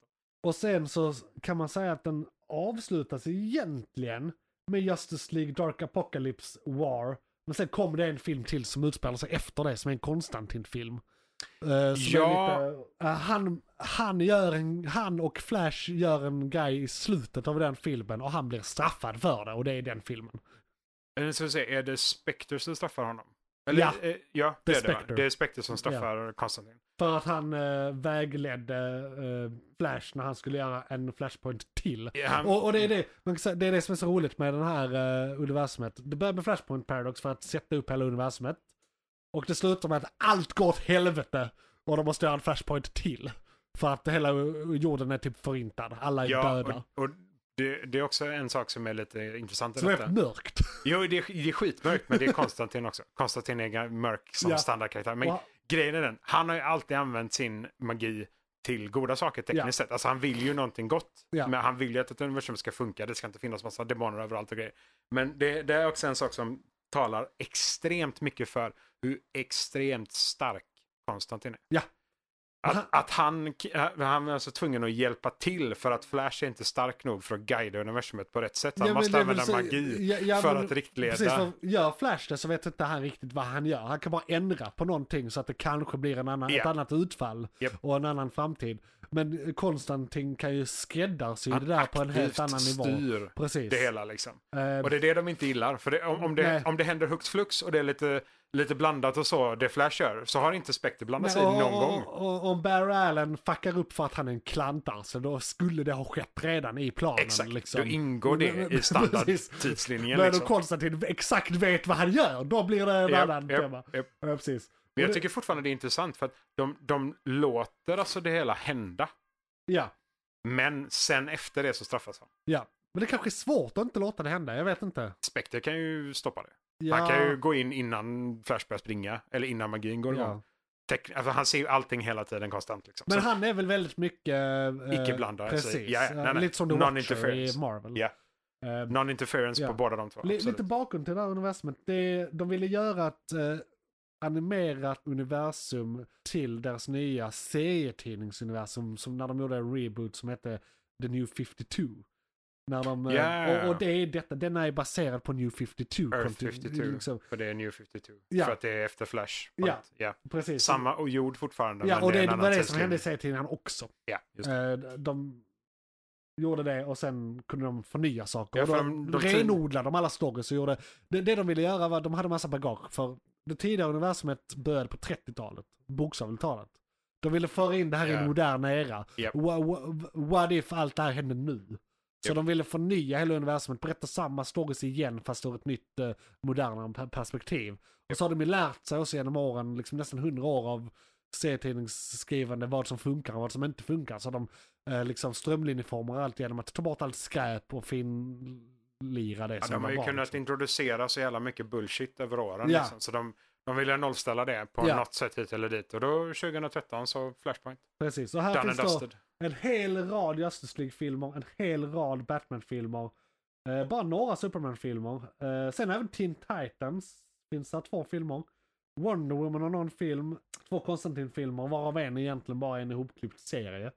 Och sen så kan man säga att den avslutas egentligen med Justice League Dark Apocalypse War. Men sen kom det en film till som utspelar sig efter det, som är en Konstantin-film. Eh, som Ja. är lite, eh, han, han, gör en, han och Flash gör en grej i slutet av den filmen och han blir straffad för det och det är den filmen. Eller ska vi se, är det Spectre som straffar honom? Eller, Ja. eh, ja, det, Det är är det. va? Spectre. Det är Spectre som straffar Konstantin. För att han eh, vägledde eh, Flash när han skulle göra en Flashpoint till. Ja, han- Och, och det, är det, man kan säga, det är det som är så roligt med den här eh, universumet. Det börjar med Flashpoint Paradox för att sätta upp hela universumet. Och det slutar med att allt går åt helvete och de måste göra en Flashpoint till. För att hela eh, jorden är typ förintad, alla är Ja, döda. och, och det, det är också en sak som är lite intressant i Så det är detta. helt mörkt. Jo, det är, det är skitmörkt, men det är Konstantin också. Konstantin är ga- mörk som Ja. standardkaraktär. Men Och- grejen är den, han har ju alltid använt sin magi till goda saker tekniskt Ja. sett. Alltså han vill ju någonting gott. Ja. Men han vill ju att ett universum ska funka. Det ska inte finnas massa demoner överallt och grejer. Men det, det är också en sak som talar extremt mycket för hur extremt stark Konstantin är. Ja. Att, Han- att han, han är alltså tvungen att hjälpa till för att Flash är inte stark nog för att guida universumet på rätt sätt. Han Ja, men måste det är väl använda så- magi ja, ja, för men- att riktleda. Precis, för gör Flash det så vet inte han riktigt vad han gör. Han kan bara ändra på någonting så att det kanske blir en annan, Ja. ett annat utfall Japp. och en annan framtid. Men Konstantin kan ju skräddarsy det Han där på en helt aktivt annan nivå. styr Precis. det hela liksom. Eh, Och det är det de inte gillar. För det, om, om, Nej. det, om det händer hux flux och det är lite, lite blandat och så, det Flash gör, så har inte Spectre blandat sig i någon och, gång. Och, och, om Barry Allen fuckar upp för att han är en klantare så då skulle det ha skett redan i planen. Exakt, liksom. då ingår det i Precis. standardtidslinjen. Men om liksom. Konstantin exakt vet vad han gör, då blir det en Japp, annan japp, tema. japp. Ja, precis. Och Men jag det- tycker fortfarande det är intressant för att de, de låter alltså det hela hända. Ja. Men sen efter det så straffas han. Ja, men det kanske är svårt att inte låta det hända, jag vet inte. Spectre kan ju stoppa det. Ja, Han kan ju gå in innan Flash börjar springa, eller innan magin går igång. ja. Tek- alltså, han ser ju allting hela tiden konstant. Liksom. Men Så- han är väl väldigt mycket... eh, Icke-blandare, Precis, säger- ja, ja, nej, nej. lite som The Watcher Non-interference. i Marvel. Ja. Eh, Non-interference Ja. på båda de två. Li- absolut. lite bakom till det här universumet. Det, de ville göra ett eh, animerat universum till deras nya serietidningsuniversum som när de gjorde en reboot som hette The New 52. När de, eh, Ja. och, och det är detta, denna är baserad på New 52. Earth konti- 52. Liksom, För det är New 52. Ja. För att det är efter Flash. Ja. Att- ja. precis. Samma och jord fortfarande. ja, men och det, är en det annan var det som tidslinje. hände i serietidningen också. Ja, just det. Eh, de gjorde det och sen kunde de förnya saker. Ja, och för de, de- de- renodlade de alla stories och gjorde... Det, det de ville göra var att de hade massa bagage. För det tidigare universumet började på 30-talet, bokstavligt talat. De ville föra in det här i Ja. en modern era. Japp. Wha- wha- What if allt det här hände nu? Så Japp. de ville förnya hela universumet, berätta samma stories igen fast ur ett nytt eh, modernare per- perspektiv. Och så har de ju lärt sig också genom åren, liksom nästan hundra år av serietidningsskrivande, vad som funkar och vad som inte funkar. Så de eh, liksom strömlinjeformar allt genom att ta bort allt skräp och finlira det Ja, som de har var ju bra, kunnat liksom. introducera så jävla mycket bullshit över åren. Ja. Liksom. Så de, de ville nollställa det på Ja. något sätt hit eller dit. Och då 2013 så Flashpoint. Precis, och här Done finns and då dusted. en hel rad Justice League-filmer, en hel rad Batman-filmer, eh, bara några Superman-filmer. Eh, sen även Teen Titans finns där två filmer. Wonder Woman har någon film, två Konstantin-filmer, varav en egentligen bara är en ihopklippt serie.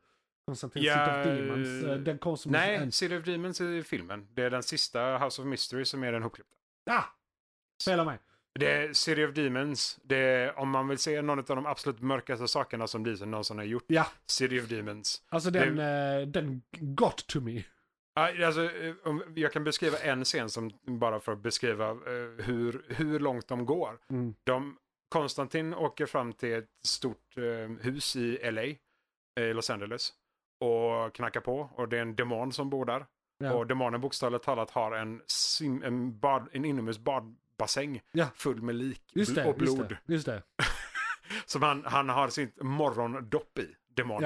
Konstantin Ja, City of Demons, eh, den kom som en... Nej, City of Demons är filmen. Det är den sista House of Mystery som är den hopklippta. Ah! Spela mig. Det är City of Demons. Det är, om man vill se någon av de absolut mörkaste sakerna som DC någonsin har gjort. Ja, City of Demons. alltså den, eh, den got to me. Ja, Alltså, eh, om- jag kan beskriva en scen som bara för att beskriva eh, hur, hur långt de går. Mm. De, Konstantin åker fram till ett stort eh, hus i LA, eh, Los Angeles, och knackar på. Och det är en demon som bor där. Ja. Och demonen bokstavligt talat har en, sim, en, bad, en inomhus badbassäng Ja. full med lik Just det, och blod. just det, just det. Som han, han har sitt morgondopp i, demonen.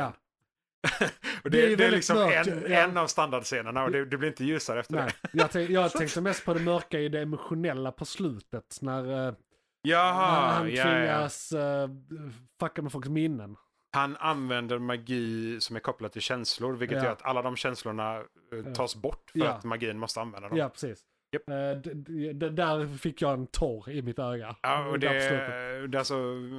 Ja. och Det är ju det, det, är väldigt liksom mörkt, en, ja. en av standardscenerna och det, det blir inte ljusare efter Nej, det. jag, tänk, jag tänkte mest på det mörka i det emotionella på slutet. När, eh, när Jaha, han ja, ja. tvingas eh, fucka med folks minnen. Han använder magi som är kopplat till känslor, vilket Ja. gör att alla de känslorna eh, tas bort för Ja. att magin måste använda dem. Ja, precis. Japp. Eh, d- d- d- där fick jag en tår i mitt öga. Ja, och det, Där på slutet. det är alltså,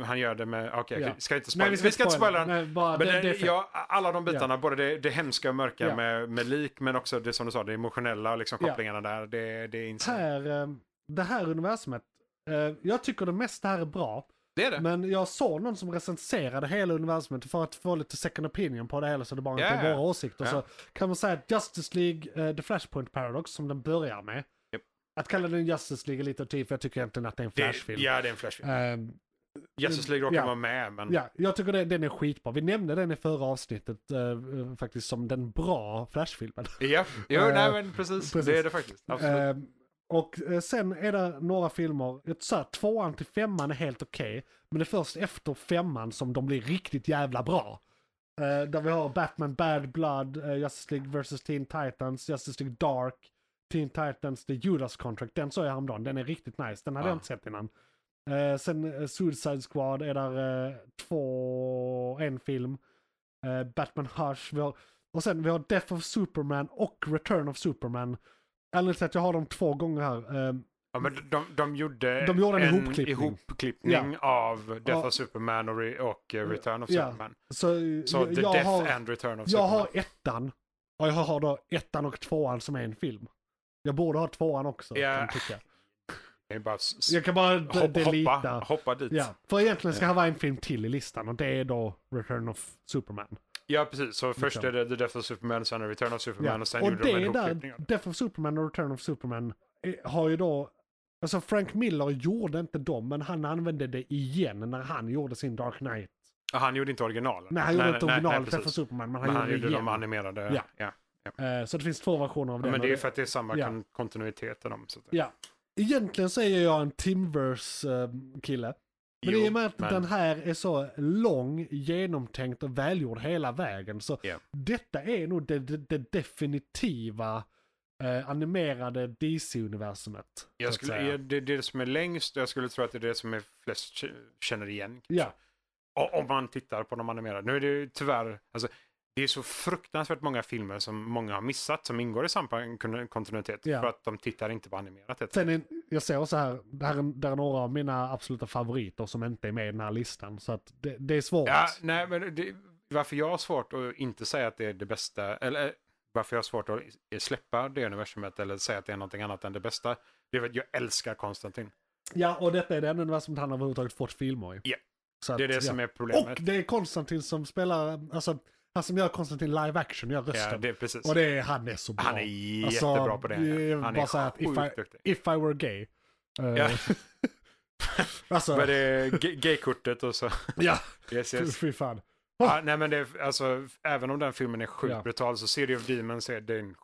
han gör det med, okej, Ja. vi ska inte spoila, Nej, vi ska inte spoila den. Nej, bara, Men det, det, det är fel. ja, alla de bitarna, både det, det hemska och mörka Ja. med, med lik, men också det som du sa, det emotionella och liksom Ja. kopplingarna där, det, det är insane. här, eh, det här universumet. eh, jag tycker det mesta här är bra. Det är det. Men jag såg någon som recenserade hela universumet för att få lite second opinion på det hela så det bara inte Ja, är ja. våra åsikter. Så Ja. kan man säga att Justice League, eh, The Flashpoint Paradox som den börjar med. Japp. Att kalla den Justice League är lite att ta i, för jag tycker egentligen att det är en flashfilm. Det, ja, det är en flashfilm. Ehm, Justice League råkar ja. vara med, men ja, jag tycker det, den är skitbra. Vi nämnde den i förra avsnittet eh, faktiskt som den bra flashfilmen. Ja, jo, Eh, nej, men precis. precis. Det är det faktiskt. Absolut. Ehm, och eh, sen är det några filmer, ett så här, tvåan till femman är helt okej, men det är först efter femman som de blir riktigt jävla bra. Eh, där vi har Batman Bad Blood, eh, Justice League vs Teen Titans, Justice League Dark, Teen Titans The Judas Contract, den såg jag häromdagen, den är riktigt nice, den hade Ja. jag inte sett innan. Eh, sen eh, Suicide Squad är där eh, två, en film. Eh, Batman Hush, vi har, och sen vi har Death of Superman och Return of Superman. Anledningen till att jag har dem två gånger här. eh, ja, men de, de, gjorde De gjorde en ihopklippning. ihopklippning av Death Ja. of Superman och, re, och eh, Return of Ja. Superman. så eh, Så jag, The jag, Death har, and Return of jag Superman. har ettan. Och jag har då ettan och tvåan som är en film. Jag borde ha tvåan också. Ja. Kan jag, tycka. Jag, bara s- s- jag kan bara d- hop- hoppa, delita. hoppa dit. Ja, för egentligen ska det vara en film till i listan och det är då Return of Superman. Ja, precis. Så först Liksom. är det The Death of Superman, sen är det Return of Superman Ja. och sen och gjorde det de en är ihopklippning. där, av det. Death of Superman och Return of Superman eh, har ju då, alltså Frank Miller gjorde inte dem, men han använde det igen när han gjorde sin Dark Knight. Ja, Han gjorde inte originalen. Nej, han gjorde inte originalet Death of precis. Superman, men han Men han gjorde det gjorde igen. de animerade. Ja. Ja. Ja. Eh, Så det finns två versioner av den. Men och det är för att det är samma Ja. kon- kontinuitet i dem. Så att, Ja. Egentligen så är jag en Timverse-kille. Men Jo, i och med att men- den här är så lång, genomtänkt och välgjord hela vägen så Ja. detta är nog det, det, det definitiva eh, animerade DC-universumet. så Jag att skulle, säga. ja, det, det är det som är längst och jag skulle tro att det är det som är flest k- känner igen. Ja, O- Om man tittar på de animerade. Nu är det ju tyvärr, alltså, det är så fruktansvärt många filmer som många har missat som ingår i samma kon- kontinuitet. Ja. För att de tittar inte på animerat. Heter. det. Sen är, jag ser så här, det här är, det här är några av mina absoluta favoriter som inte är med i den här listan. Så att det, det är svårt. Ja, nej, men det, varför jag har svårt att inte säga att det är det bästa, eller eh, varför jag har svårt att i- släppa det universumet eller säga att det är någonting annat än det bästa, det är för att jag älskar Konstantin. Ja, och detta är det enda universum han överhuvudtaget fått filmer i. Ja. Så att, Det är det ja. som är Och problemet. det är Konstantin som spelar, alltså han som gör Konstantin live action, gör rösten. ja, det är precis. Och det är, han är så bra. Han är jättebra på det. jag vill Han bara är säga att if sjukt I, duktig. if I were gay. eh, Ja. alltså, Vad är det G- gaykortet och så. ja, Yes, fy- yes. fy fan. Ja, nej, men det, är- alltså, även om den filmen är sjukt Ja. brutal så City of Demons är, det är en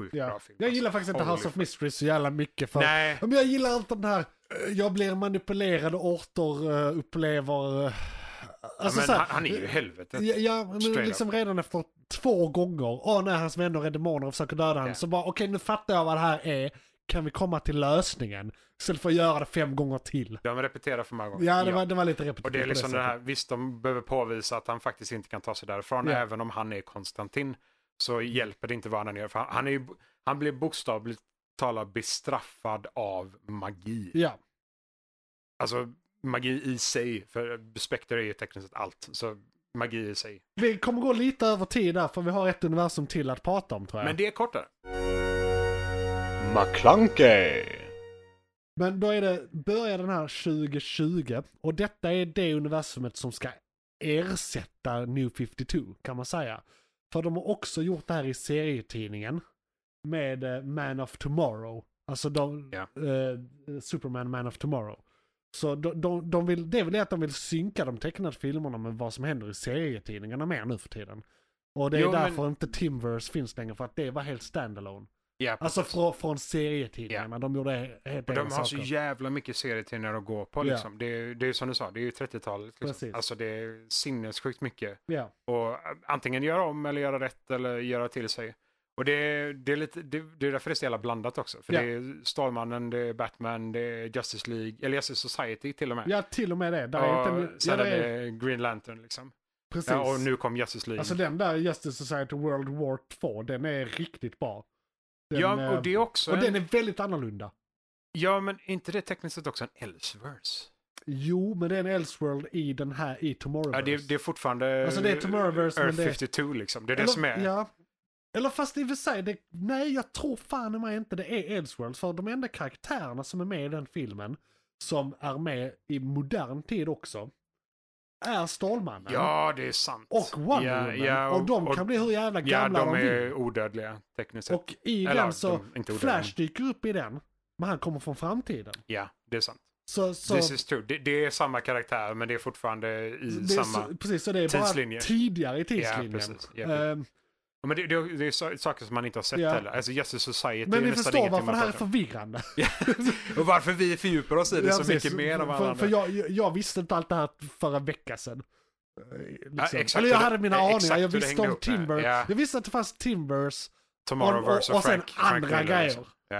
sjukt Ja. bra film. Jag alltså. gillar faktiskt inte Holy House of fuck. Mystery så jävla mycket för Nej, Ja, Men jag gillar allt om det här, eh, jag blir manipulerad och Arthur eh, upplever... eh, Alltså, men så här, han, han är ju i helvetet. Ja, ja men Straight liksom redan efter två gånger, åh nej hans vänner är demoner och försöker döda honom. Ja. Så bara okej nu fattar jag vad det här är, kan vi komma till lösningen? Istället för att göra det fem gånger till. De repeterar för många gånger. Ja det, Var, det var lite Och repetitivt det är på liksom det sättet. här, visst de behöver påvisa att han faktiskt inte kan ta sig därifrån, Ja. även om han är Konstantin, så hjälper det inte vad han gör. För han, han, är ju, han blir bokstavligt talat bestraffad av magi. Ja, Alltså magi i sig, för Spectre är ju tekniskt sett allt, så magi i sig. vi kommer gå lite över tid där för vi har ett universum till att prata om tror jag. Men Men, det är kortare. McClunkey. då är det, börjar den här 2020 och detta är det universumet som ska ersätta New 52 kan man säga. För de har också gjort det här i serietidningen med eh, Man of Tomorrow. Alltså de, Ja. eh, Superman Man of Tomorrow. Så de, de, de vill, det är väl det att de vill synka de tecknade filmerna med vad som händer i serietidningarna mer nu för tiden. Och det är Jo, men- därför inte Timverse finns längre, för att det var helt standalone. Ja, Alltså precis. från, från serietidningarna, de gjorde he- helt Och egna de har så saker. jävla mycket serietidningar att gå på. Ja. Liksom. Det, är, det är ju som du sa, det är ju 30-talet. Precis. Liksom. Alltså det är sinnessjukt mycket. Ja, Och äh, antingen göra om eller göra rätt eller göra till sig. Och det, det, är, lite, det, det är därför det är så jävla blandat också. För Ja. det är Stålmannen, det är Batman, det är Justice League, eller Justice Society till och med. ja till och med det. Där är och inte, en- ja, sen där är är, det Green Lantern liksom. precis. Ja, och nu kom Justice League. Alltså den där Justice Society World War 2, den är riktigt bra. Den, ja, eh, och det är också... och en, den är väldigt annorlunda. Ja, men är inte det tekniskt sett också en Elseverse? Jo, men det är en Elseworld i den här, i Tomorrowverse. Ja, det, det är fortfarande Alltså, det är Tomorrowverse, men Earth det är- 52 liksom. Det är Eller- det som är... Ja. Eller fast i och för sig, det, nej jag tror fan i mig inte det är Elseworlds. För de enda karaktärerna som är med i den filmen, som är med i modern tid också, är Stålmannen Ja, det är sant. och Wonder ja, Woman. ja, och, de kan bli hur jävla Ja, gamla de de är vill. odödliga tekniskt sett. Och i eller, den så, de är inte odödliga, Flash dyker upp i den, men han kommer från framtiden. Ja, det är sant. Så, så, This is true. Det, det är samma karaktär, men det är fortfarande i det är samma... så, precis, så det är tidslinje. bara tidigare i tidslinjen. precis. Ja, Ehm, Ja, Men det, det, det är sa- saker som man inte har sett Ja. heller. Alltså, Justice Society men är ni nästan förstår ingenting varför det man här är pratar om. förvirrande. Och varför vi fördjupar oss i det Ja, så precis. mycket mer än vad alla för, för andra. jag, jag visste inte allt det här förra veckan sedan. Eh, Liksom. exakt Eller jag hur det- hade mina eh, aningar, exakt jag hur det visste hängde om ihop med- Timber. ja. Jag visste att det fanns Timbers. Tomorrowverse och- och sen Frank, Frank andra Miller, grejer. liksom. Ja,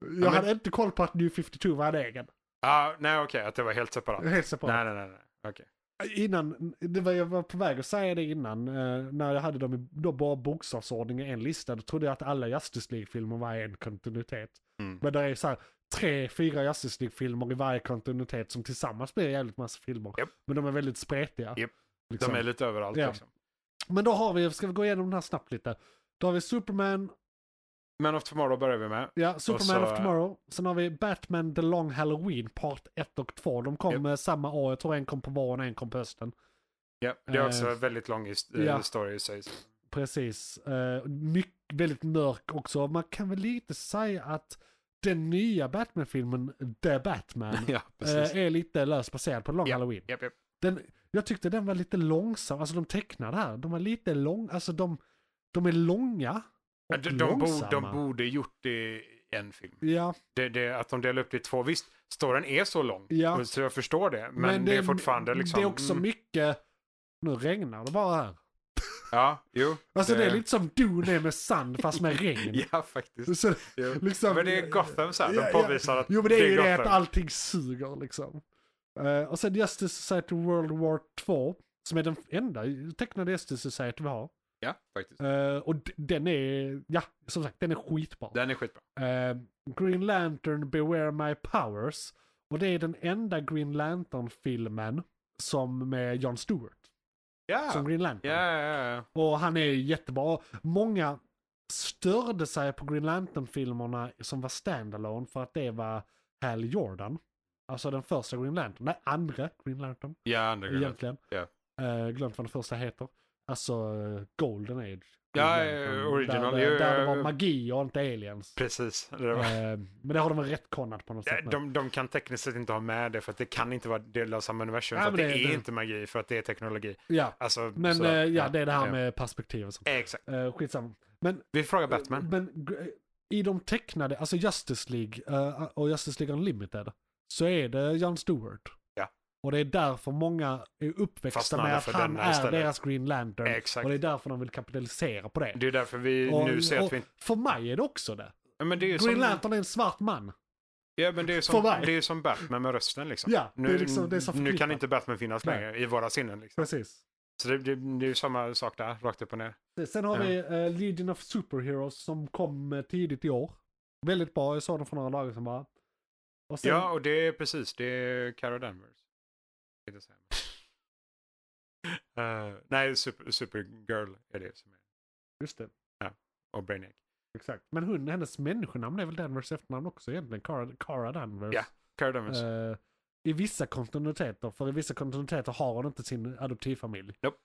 Jag men- hade inte koll på att New 52 var en egen. ah, nej okej, att det var helt separat. Helt separat. Nej, nej, nej. nej. Okej. Innan, det var, jag var på väg att säga det innan, eh, när jag hade dem i då bara bokstavsordning i en lista, då trodde jag att alla Justice League-filmer var en kontinuitet. Mm. Men det är så här, tre, fyra Justice League-filmer i varje kontinuitet som tillsammans blir jävligt massa filmer. Japp. Men de är väldigt spretiga. Japp. liksom. De är lite överallt Ja. liksom. Men då har vi, ska vi gå igenom den här snabbt lite. Då har vi Superman, Men of Tomorrow börjar vi med. ja, Superman Och så- eh, of Tomorrow. Sen har vi Batman The Long Halloween, part 1 och 2. De kom Japp. eh, samma år, jag tror en kom på våren och en kom på hösten. Ja, det är också Eh, en väldigt lång his- eh, ja. story i sig. Precis. Uh, mycket, väldigt mörk också. Man kan väl lite säga att den nya Batman-filmen, The Batman, Ja, eh, är lite löst baserad på Long Ja. Halloween. Japp, japp. Den, jag tyckte den var lite långsam, alltså de tecknade här, de var lite lång, alltså de, de är långa och De, de, borde, långsamma. de borde gjort det i en film. Ja, Det, det, att de delar upp det i två. Visst, storyn är så lång. Ja. och Så jag förstår det. Men, men, det, är fortfarande liksom... Det är också mm, mycket, nu regnar det bara här. Ja, jo. Eh, Alltså det är lite som Dune är med sand fast med regn. Ja, faktiskt. Så, Jo. liksom- men det är Gotham så här. Ja, De ja. påvisar att Jo men det är ju det att Gotham. allting suger liksom. Eh, och sen Justice Society World War 2, som är den enda tecknade Justice Society vi har. Ja, faktiskt. Eh, och d- den är, ja, som sagt, den är skitbra. Den är skitbra. Eh, Green Lantern Beware My Powers. Och det är den enda Green Lantern-filmen som med Jon Stewart som Ja, Green Lantern. ja, ja, ja. Och han är jättebra. Många störde sig på Green Lantern-filmerna som var standalone för att det var Hal Jordan. Alltså den första Green Lantern, nej andra Green Lantern ja. andra grejen. egentligen. ja. Eh, glömt vad den första heter. Alltså eh, Golden Age. Green Ja, Lantern, eh, original, Där, ju, där, där det eh, var magi och inte aliens. Precis. Det var... Eh, men det har de väl rättkonat på något Ja, sätt. nu. Eh, De, de kan tekniskt sett inte ha med det för att det kan inte vara del av samma universum. Nej, för att det, men det- är det- inte magi för att det är teknologi. Ja, Alltså, men eh, sådär. ja, det är det här ja. med perspektiv och sånt. Exakt. Eh, skitsamma. Men, Vi frågar Batman. men gr- i de tecknade, alltså Justice League eh, och Justice League Unlimited, så är det Jon Stewart. Ja. Och det är därför många är uppväxta Fastnade med att för han denna är istället. deras Green Lantern. Exakt. Och det är därför de vill kapitalisera på det. Det är därför vi och, nu ser och att vi inte... För mig är det också det. Ja, Men det är ju Green som, Lantern är en svart man. ja, men det är ju För som, mig. det är ju som Batman med rösten liksom. Ja, det nu, är liksom- det är så nu förknippat. kan inte Batman finnas Nej. längre i våra sinnen. Liksom. Precis. Så det, det, det är ju samma sak där, rakt upp och ner. Sen har Ja. vi eh, Legion of Superheroes som kom eh, tidigt i år. Väldigt bra, jag såg den för några dagar sedan bara. Och sen, Ja, och det är precis, det är Cara Danvers. Inte så här. Eh, nej, super, Supergirl är det som är. just det. Och Brainiac. Exakt. Men hon, hennes människonamn är väl Danvers efternamn också egentligen? Cara, Cara Danvers. Ja, Cara Danvers. Eh, I vissa kontinuiteter, för i vissa kontinuiteter har hon inte sin adoptivfamilj. Nope.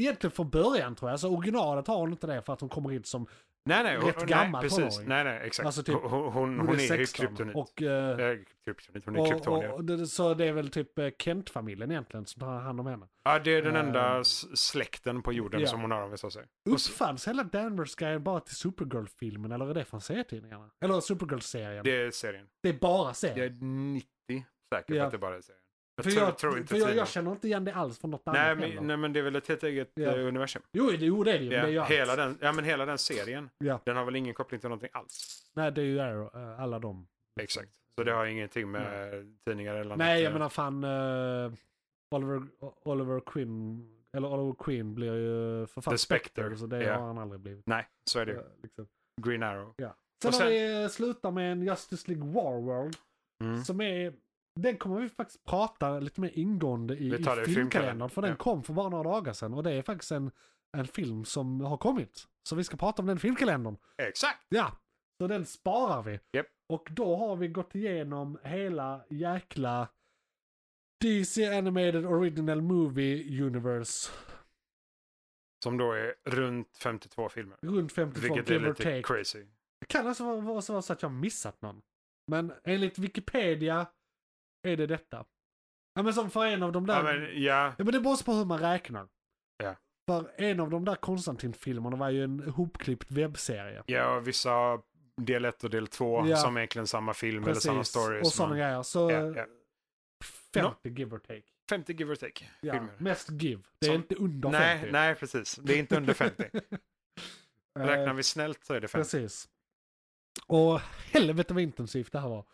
Egentligen från början tror jag, alltså originalet har hon inte det för att hon kommer hit som, nej, nej, hon- rätt gammal nej, precis. tonåring. Nej, nej, exakt. Alltså typ, hon, hon, Mm, hon, är ju kryptonit. Och, eh, Eh, kryptonit. Hon är och, kryptonier. och, det- så det är väl typ eh, Kent-familjen egentligen som tar hand om henne. Ja, det är den Eh, enda s- släkten på jorden ja. som hon har om vi så säger. Och så- Uppfanns hela Danvers-grejen bara till Supergirl-filmen eller är det från serietidningarna? Eller Supergirl-serien? Det, Det är serien. är bara serien. Jag är 90 säker på Ja. att det bara är serien. Jag för tror, jag, tror inte för jag, tidningen. jag känner inte igen det alls från något nej, annat men, heller. nej, men det är väl ett helt eget Ja. eh, universum. Jo, det, jo, det är det ju. men Ja, Det är ju allt. hela, den, ja, men hela den serien. Ja. Den har väl ingen koppling till någonting alls. Nej, det är ju Arrow, eh, alla de. Exakt. Så det har ingenting med tidningar eller annat. Nej, eh, jag menar fan eh, Oliver, Oliver Queen eller Oliver Queen blir ju för fan The Spectre, så det ja. har han aldrig blivit. Nej, så är det ju. Eh, liksom. Green Arrow. Sen, Och sen- har vi eh, slutat med en Justice League War World Mm. som är den kommer vi faktiskt prata lite mer ingående i, Vi tar det i filmkalendern. i filmkalendern, För den ja. kom för bara några dagar sedan. Och det är faktiskt en, en film som har kommit. Så vi ska prata om den filmkalendern. Exakt! Ja, så den sparar vi. Japp. Och då har vi gått igenom hela jäkla DC Animated Original Movie Universe. Som då är runt 52 filmer. Runt 52, Vilket är give or lite take. crazy. Det kan alltså vara- vara så att jag har missat någon. Men enligt Wikipedia är det detta. Ja men som för en av de där... Ja, men, ja, Ja men det beror på hur man räknar. Ja. För en av de där Konstantin-filmerna var ju en hopklippt webbserie. ja, och vissa har del 1 och del 2 Ja. som är egentligen samma film eller samma stories. och sådana men- grejer. Så Ja, ja. 50 give or take. 50 give or take Ja, filmer. Mest give. Det är Som- inte under nej, 50. nej, precis. Det är inte under 50. Räknar vi snällt så är det 50. Eh, Precis. Och helvete vad intensivt det här var.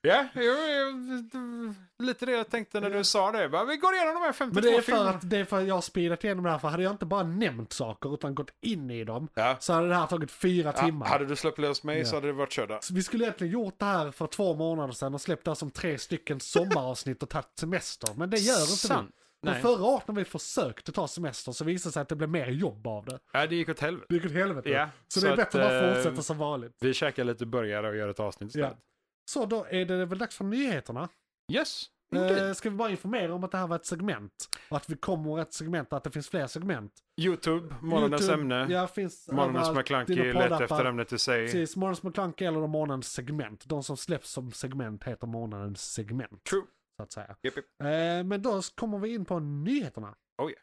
Ja, jo, jo, lite det jag tänkte när du sa det. Bara, vi går igenom de här 52 Men det är för filmerna. att, det är för att jag har speedat igenom det här. För hade jag inte bara nämnt saker utan gått in i dem Ja. så hade det här tagit fyra timmar. Ja, hade du släppt lös mig Ja. så hade det varit körda. Så vi skulle egentligen gjort det här för två månader sedan och släppt det här som tre stycken sommaravsnitt och tagit semester. Men det gör inte Sant. vi. Men Nej. förra året när vi försökte ta semester så visade det sig att det blev mer jobb av det. Ja, det gick åt helvete. Det gick åt helvete. Ja, så, så det är att, bättre att bara eh, fortsätta som vanligt. Vi käkar lite burgare och gör ett avsnitt Ja. istället. Så då är det väl dags för nyheterna. Yes! Eh, ska vi bara informera om att det här var ett segment? Och att vi kommer ett segment och att det finns fler segment. Youtube, morgonens YouTube, ämne. Ja, finns Morgonens överallt. McKlunky, Dina Typ. leta poddappar. efter ämnet i sig. Precis, Månadens McKlunky eller Månadens segment. De som släpps som segment heter Månadens segment. True. Så att säga. Japp, japp. Eh, men då kommer vi in på nyheterna. Oh yeah.